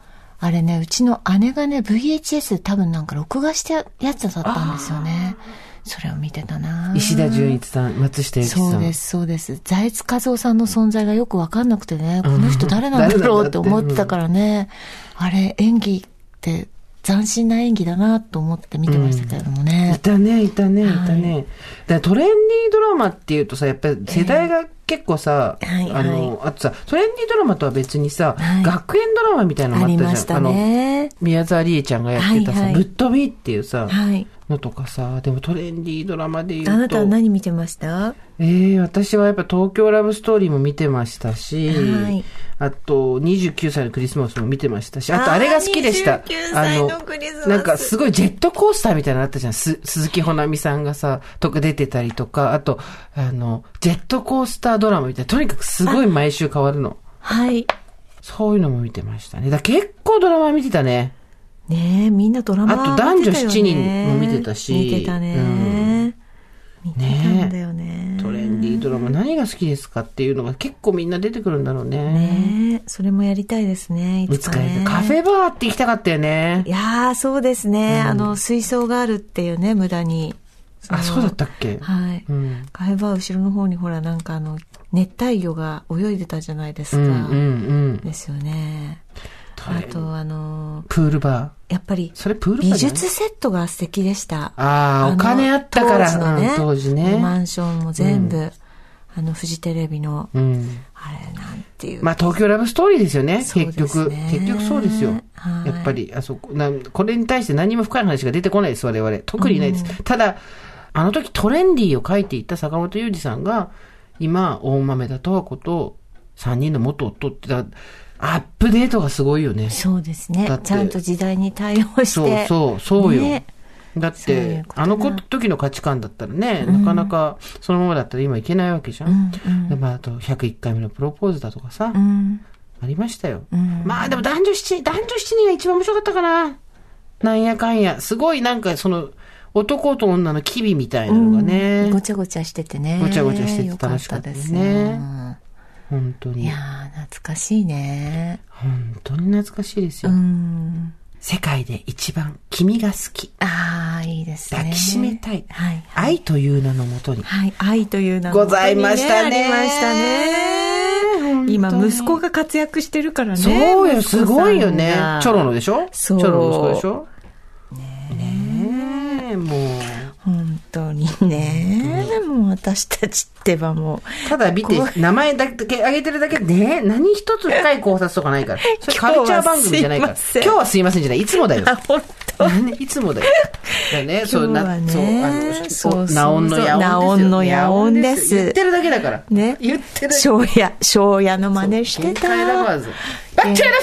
S3: あれね、うちの姉がね、VHS で多分なんか録画してやつだったんですよね。それを見てたな
S2: 石田純一さん、松下由紀さん。
S3: そうです、そうです。財津和夫さんの存在がよくわかんなくてね、この人誰なんだろうって思ってたからね、あれ、演技って斬新な演技だなと思って見てましたけれども
S2: い
S3: ね。
S2: たね、いたね、いたね。だからトレンディードラマっていうとさ、やっぱり世代が結構さ、
S3: ええはい
S2: あの、あとさ、トレンディードラマとは別にさ、
S3: はい
S2: 学園ドラマみたいなのも
S3: あ
S2: あ
S3: り
S2: ったじゃん。
S3: ましたね。
S2: の、宮沢りえちゃんがやってたさ、
S3: はいは
S2: ぶ
S3: い
S2: っ飛びっていうさ、
S3: はい。
S2: のとかさ、でもトレンディードラマで言うと。
S3: あなたは何見てました
S2: えー、私はやっぱ東京ラブストーリーも見てましたし、
S3: はい
S2: あと29歳のクリスマスも見てましたし、あと
S3: あー
S2: あれが好きでした。
S3: 29歳のクリスマス
S2: あのなんかすごいジェットコースターみたいなのあったじゃん。す鈴木保奈美さんがさ、とか出てたりとか、あと、あの、ジェットコースタードラマみたいな、とにかくすごい毎週変わるの。
S3: はい。
S2: そういうのも見てましたね。だから結構ドラマ見てたね。
S3: ねえ、みんなドラマ
S2: あと男女7人も見てたし
S3: 見てたね。見てたんだよね。
S2: トレンディードラマ何が好きですかっていうのが結構みんな出てくるんだろうね。
S3: ねえ、それもやりたいですね、い
S2: い
S3: つ
S2: つ
S3: か
S2: かや
S3: ね
S2: る。カフェバーって行きたかったよね
S3: い。やー、そうですね。あの、水槽があるっていうね、無駄に。
S2: あ、そうだったっけ
S3: はい。
S2: うん。
S3: カフェバー後ろの方にほら、なんかあの、熱帯魚が泳いでたじゃないです
S2: う
S3: か。
S2: んうんうん。
S3: ですよね。
S2: トレ
S3: あと、あの、
S2: プールバー。
S3: やっぱり、
S2: それプールバー
S3: 美
S2: じゃない
S3: 術セットが素敵でした。
S2: ああ、
S3: の
S2: お金あったから。
S3: 当時のね
S2: うん、当時
S3: マ
S2: ね。
S3: ンションも全部、あの、フジテレビの、
S2: うん。
S3: あれなんていう。
S2: まあ、東京ラブストーリーですよね。
S3: そうで
S2: 結
S3: すね
S2: 局。結局そうですよ。
S3: はい
S2: やっぱり、あそこ、なんこれに対して何も深い話が出てこないです、我々。特にないです。ただ、あの時トレンディーを書いていた坂本裕二さんが、今、大豆田十和子と3人の元夫って、だアップデートがすごいよね。
S3: そうです
S2: だっ
S3: ね。
S2: て
S3: ちゃんと時代に対応し
S2: そう
S3: て。
S2: そう、そうよ。
S3: ね
S2: だっ
S3: そうい
S2: て
S3: う、ことだ
S2: あの子時の価値観だったらね、なかなかそのままだったら今いけないわけじゃん。でまあ、あと101回目のプロポーズだとかさ、
S3: うん。
S2: ありましたよ。
S3: ん
S2: まあでも男女七人、男女七人が一番面白かったかな。なんやかんや。すごいなんかその、男と女の機微みたいなのがね、
S3: ごちゃごちゃしててね。
S2: ごちゃごちゃしてて
S3: よか
S2: 楽しかった
S3: で
S2: ですす
S3: ね
S2: ね。本当
S3: い
S2: に
S3: や。ー、懐かしいね。
S2: 本当に懐かしいです
S3: う
S2: よ。
S3: ん。
S2: 世界で一番君が好き。
S3: ああ、いいですね。
S2: 抱きしめたい。
S3: はい。
S2: 愛という名のもとに。
S3: はい。愛という名の
S2: ございました
S3: 本当
S2: ね
S3: にありました
S2: 本当
S3: ね。
S2: に
S3: 今、息子が活躍してるからね。
S2: そうよ、
S3: 息子さん
S2: す
S3: が
S2: ごいよね。チョロのでしょ
S3: そう
S2: チョロの息子でしょねえ、もう。
S3: 本当にね。でも私たちってば も
S2: ただ見て、名前だけ挙げてるだけで、ね、何一つ深い考察とかな いから。それカルチャー番組じゃないから。
S3: 今
S2: 今
S3: 日
S2: 日はすいませんじゃない。いつ もだよ
S3: う。。あ、本当。
S2: ねいつもだよ。だよね、そう、
S3: 今日は
S2: な、
S3: ね
S2: そう、あの、
S3: そうそう
S2: ナオンのヤ
S3: ナ
S2: オ
S3: オ
S2: ンですよ。
S3: ンのヤオンです
S2: ヤオンよ言ってるだけだから。
S3: ね。
S2: 言ってる。
S3: 庄屋、庄屋の真似してた。
S2: 限界ラバーズ。バッチェルファイ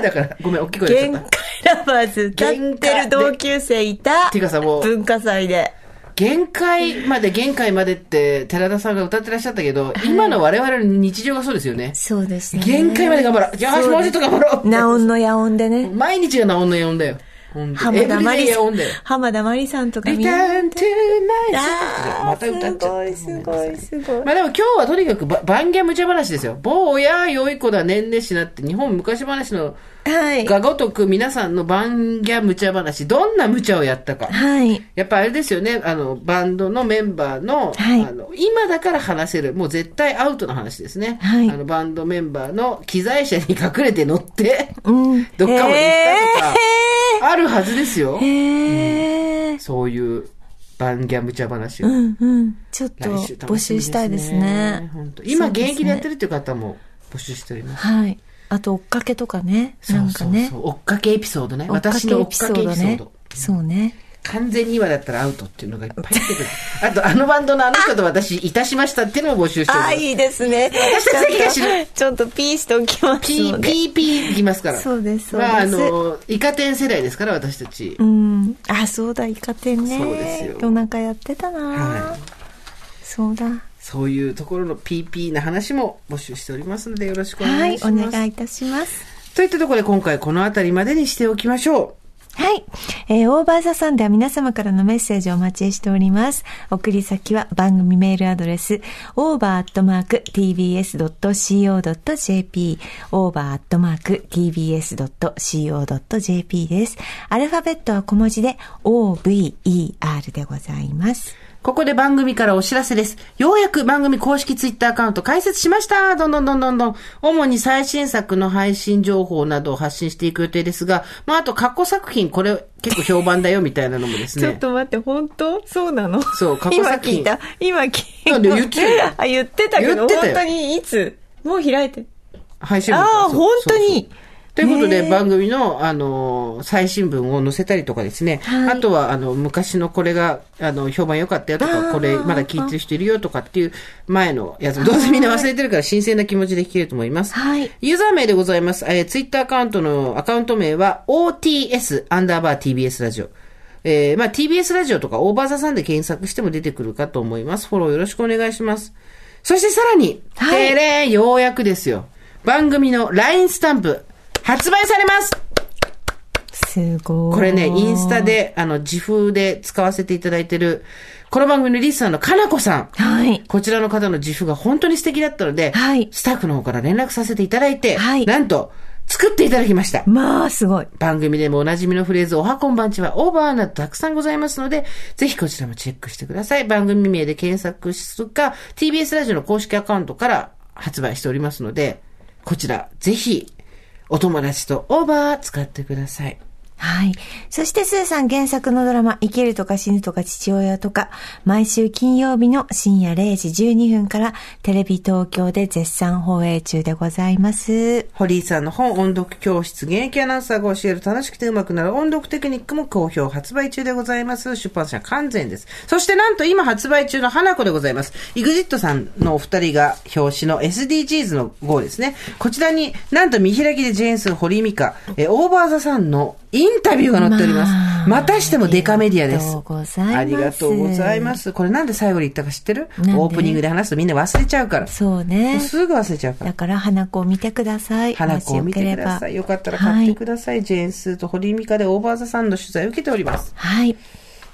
S2: ヤーだから、ごめん、大きい声出
S3: 限
S2: ちゃっ
S3: 界
S2: た。
S3: ラバーズ歌ってる同級生いた
S2: ていうかさもう
S3: 文化祭で
S2: 限界まで限界までって寺田さんが歌ってらっしゃったけど、今の我々の日常がそうですよね。
S3: そうです
S2: 限界まで頑張ろう。じゃあ、もうちょっと頑張ろう。
S3: ナオンの野音でね
S2: 毎日がなおんのやおんだよ。ほんと
S3: 浜田真
S2: エブ
S3: 理
S2: リデイや
S3: さ
S2: お
S3: ん
S2: んだよ。
S3: 浜田真理さんとか
S2: リタ
S3: みんな
S2: ーントゥーマ
S3: あ
S2: イスまた歌っちゃった。
S3: ーすごいすごいすごい
S2: まあでも今日はとにかくば番芸無茶話ですよ。坊や良い子だ年齢しなって日本昔話の
S3: はい
S2: がごとく皆さんの番芸無茶話、どんな無茶をやったか。
S3: はい
S2: やっぱあれですよね、あの、バンドのメンバーの、
S3: はい
S2: あの、今だから話せる、もう絶対アウトの話ですね。
S3: はい
S2: あの、バンドメンバーの機材車に隠れて乗って、
S3: うん
S2: どっかまで行ったとか、あるはずですよ
S3: へ。え
S2: そういう、バンギャムチャ話を。
S3: うんうんちょっと
S2: 来週
S3: 募集したいですね
S2: 本当今、
S3: そう
S2: 現
S3: ですね
S2: 役でやってるっていう方も募集しております。
S3: はいあと追っかけとかねなんかね
S2: そうそうそう追っかけエピソードね。
S3: 追っか
S2: 私
S3: けエ
S2: の追っ
S3: ピソ
S2: かけエ
S3: ード
S2: ピソー
S3: ね
S2: ド。
S3: そうね
S2: 完全に今だったらアウトっていうのがいっぱい出てくる。あと、あのバンドのあの人と私、いたしましたっていうのも募集してお
S3: あ
S2: りま
S3: あ、
S2: す。
S3: いいですね。
S2: 私たちだけが知
S3: ちょっ
S2: る
S3: とちょっとピーしておきます
S2: ピ
S3: の
S2: ー
S3: で。
S2: ピーピーいきますから。
S3: そうですそうです
S2: まあ、あの、イカ天世代ですから、私たち。
S3: うん、うんあ、そうだ、イカ天ね。
S2: そうですよ
S3: 夜中やってたな、
S2: は
S3: そうだ。
S2: そういうところの PP な話も募集しておりますのでよろしくお
S3: は
S2: 願い
S3: い、
S2: し
S3: お
S2: ます。
S3: 願いいたします。
S2: といったところで今回この辺りまでにしておきましょ
S3: はい。えー、オーバーザさんでは皆様からのメッセージをお待ちしております。送り先は番組メールアドレス、over.tbs.co.jp、over.tbs.co.jp です。アルファベットは小文字で over でございます。
S2: う。ここで番組からお知らせです。ようやく番組公式ツイッターアカウント開設しましたどんどんどんどんどん。主に最新作の配信情報などを発信していく予定ですが、まああと過去作品これ結構評判だよみたいなのもですね。
S3: と待って、本当そうなの
S2: そう過去作品今聞いた。
S3: 今聞
S2: いたなんで言ってたよ
S3: あ、言ってた
S2: けど言ってたよ本当
S3: にいつもう開いて。
S2: 配信
S3: ああ、
S2: そう
S3: 本当
S2: そうそう
S3: に。
S2: ということで、
S3: ねえ
S2: 番組の、あのー、最新聞を載せたりとかですね。
S3: はい
S2: あとは、あの、昔のこれが、あの、評判良かったよと
S3: あ
S2: か、
S3: ー
S2: これまだ聞いてる人いるよとかっていう前のやつも、どうせみんな忘れてるから新鮮な気持ちで聞けると思います。
S3: はい
S2: ユーザー名でございます。えー、ツイッターアカウントのアカウント名は、OTS アンダーバー TBS ラジオ。えー、まあ TBS ラジオとかオーバーザさんで検索しても出てくるかと思います。フォローよろしくお願いします。そしてさらに、
S3: はい
S2: てれーんようやくですよ。番組の LINE スタンプ、発売されます
S3: すごい。
S2: これね、インスタ。で、あの、自風で使わせていただいてる、この番組のリスナーのかなこさん。
S3: はい。
S2: こちらの方の自負が本当に素敵だったので、
S3: はい
S2: スタッフの方から連絡させていただいて、
S3: はい
S2: なんと、作っていただきました。
S3: まあ、すごい。
S2: 番組でもおなじみのフレーズ、おはこんばんちはオーバーなどたくさんございますので、ぜひこちらもチェックしてください。番組名で検索するか、TBS ラジオの公式アカウントから発売しておりますので、こちら、ぜひ、お友達とオーバー使ってください。
S3: はい。そして、スーさん原作のドラマ、生きるとか死ぬとか父親とか、毎週金曜日の深夜0時12分から、テレビ東京で絶賛放映中でございます。
S2: 堀井さんの本音読教室現役アナウンサーが教える楽しくてうまくなる音読テクニックも好評発売中でございます。出版社完全です。そしてなんと今発売中の花子でございます。EXIT さんのお二人が表紙の SDGs の号ですね。こちらになんと見開きでジェーンス、堀井美香、えーオーバーザさんのインタビューが載っております。
S3: まあ
S2: またしてもデカメディアです。
S3: あ
S2: あ
S3: り
S2: り
S3: が
S2: が
S3: と
S2: と
S3: う
S2: う
S3: ご
S2: ご
S3: ざ
S2: ざ
S3: い
S2: い
S3: ま
S2: ます。これなんで最後に言ったか知ってる
S3: なんで
S2: オープニングで話すとみんな忘れちゃうから。
S3: そうね
S2: もう。すぐ忘れちゃうから
S3: だ。から、花子を見てください。
S2: 花子を見てください。よかったら買ってく
S3: だ
S2: ださい。ジェーンスーと堀井美香でオーバーザさんの取材を受けております。
S3: さい。はい。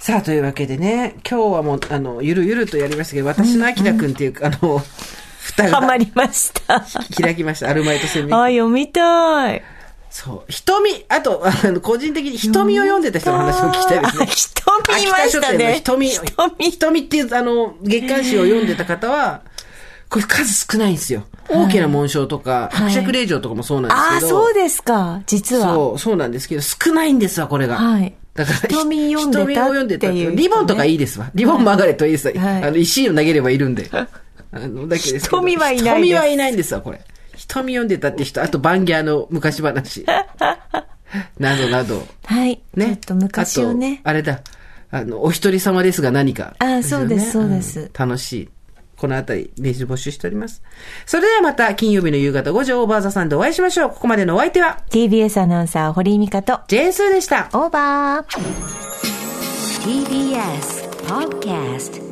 S2: さあ、というわけでね、今日はもう、あの、ゆるゆるとやりましたけど、私の秋田くんっていう、あの、蓋
S3: はま
S2: が
S3: りました。
S2: 開きました。アルマイト戦
S3: あ、
S2: 略。
S3: 読みたい。
S2: そう。瞳、あと、あの、個人的に瞳を読んでた人の話を聞きたいです
S3: あ
S2: ね。
S3: 瞳いましたね。
S2: 秋田書店の瞳、
S3: 瞳。
S2: 瞳っていう、あの、月刊誌を読んでた方は、これ数少ないんですよ。大きな紋章とか、伯爵令嬢とかもそうなん
S3: ああ、
S2: ですけど。
S3: そうですか。実は。
S2: そう、そうなんですけど、少ないんですわ、これが。
S3: はい
S2: だから、
S3: 瞳読んでたっていう
S2: 瞳を読んでたっていう
S3: 人ね
S2: リボンとかいいですわ。リボン曲がれといいですわ。
S3: はい
S2: あの、石を投げればいるんで。あの、だけですけど
S3: 瞳はいないです
S2: 瞳はいないんですわ、これ。瞳読んでたって人、あと、バンギャーの 昔話。などなど。
S3: はい。ちょっ
S2: ね。
S3: と昔をね
S2: あ。とあれだ。あの、お一人様ですが何か、
S3: あそうです
S2: よ
S3: そうです
S2: ん楽しい。このあたり、メール募集しております。それではまた、金曜日の夕方5時、オーバーザさんでお会いしましょう。ここまでのお相手は、
S3: TBS アナウンサー、堀井美香と、
S2: ジェーンスーでした。
S3: オーバー。
S6: TBS Podcast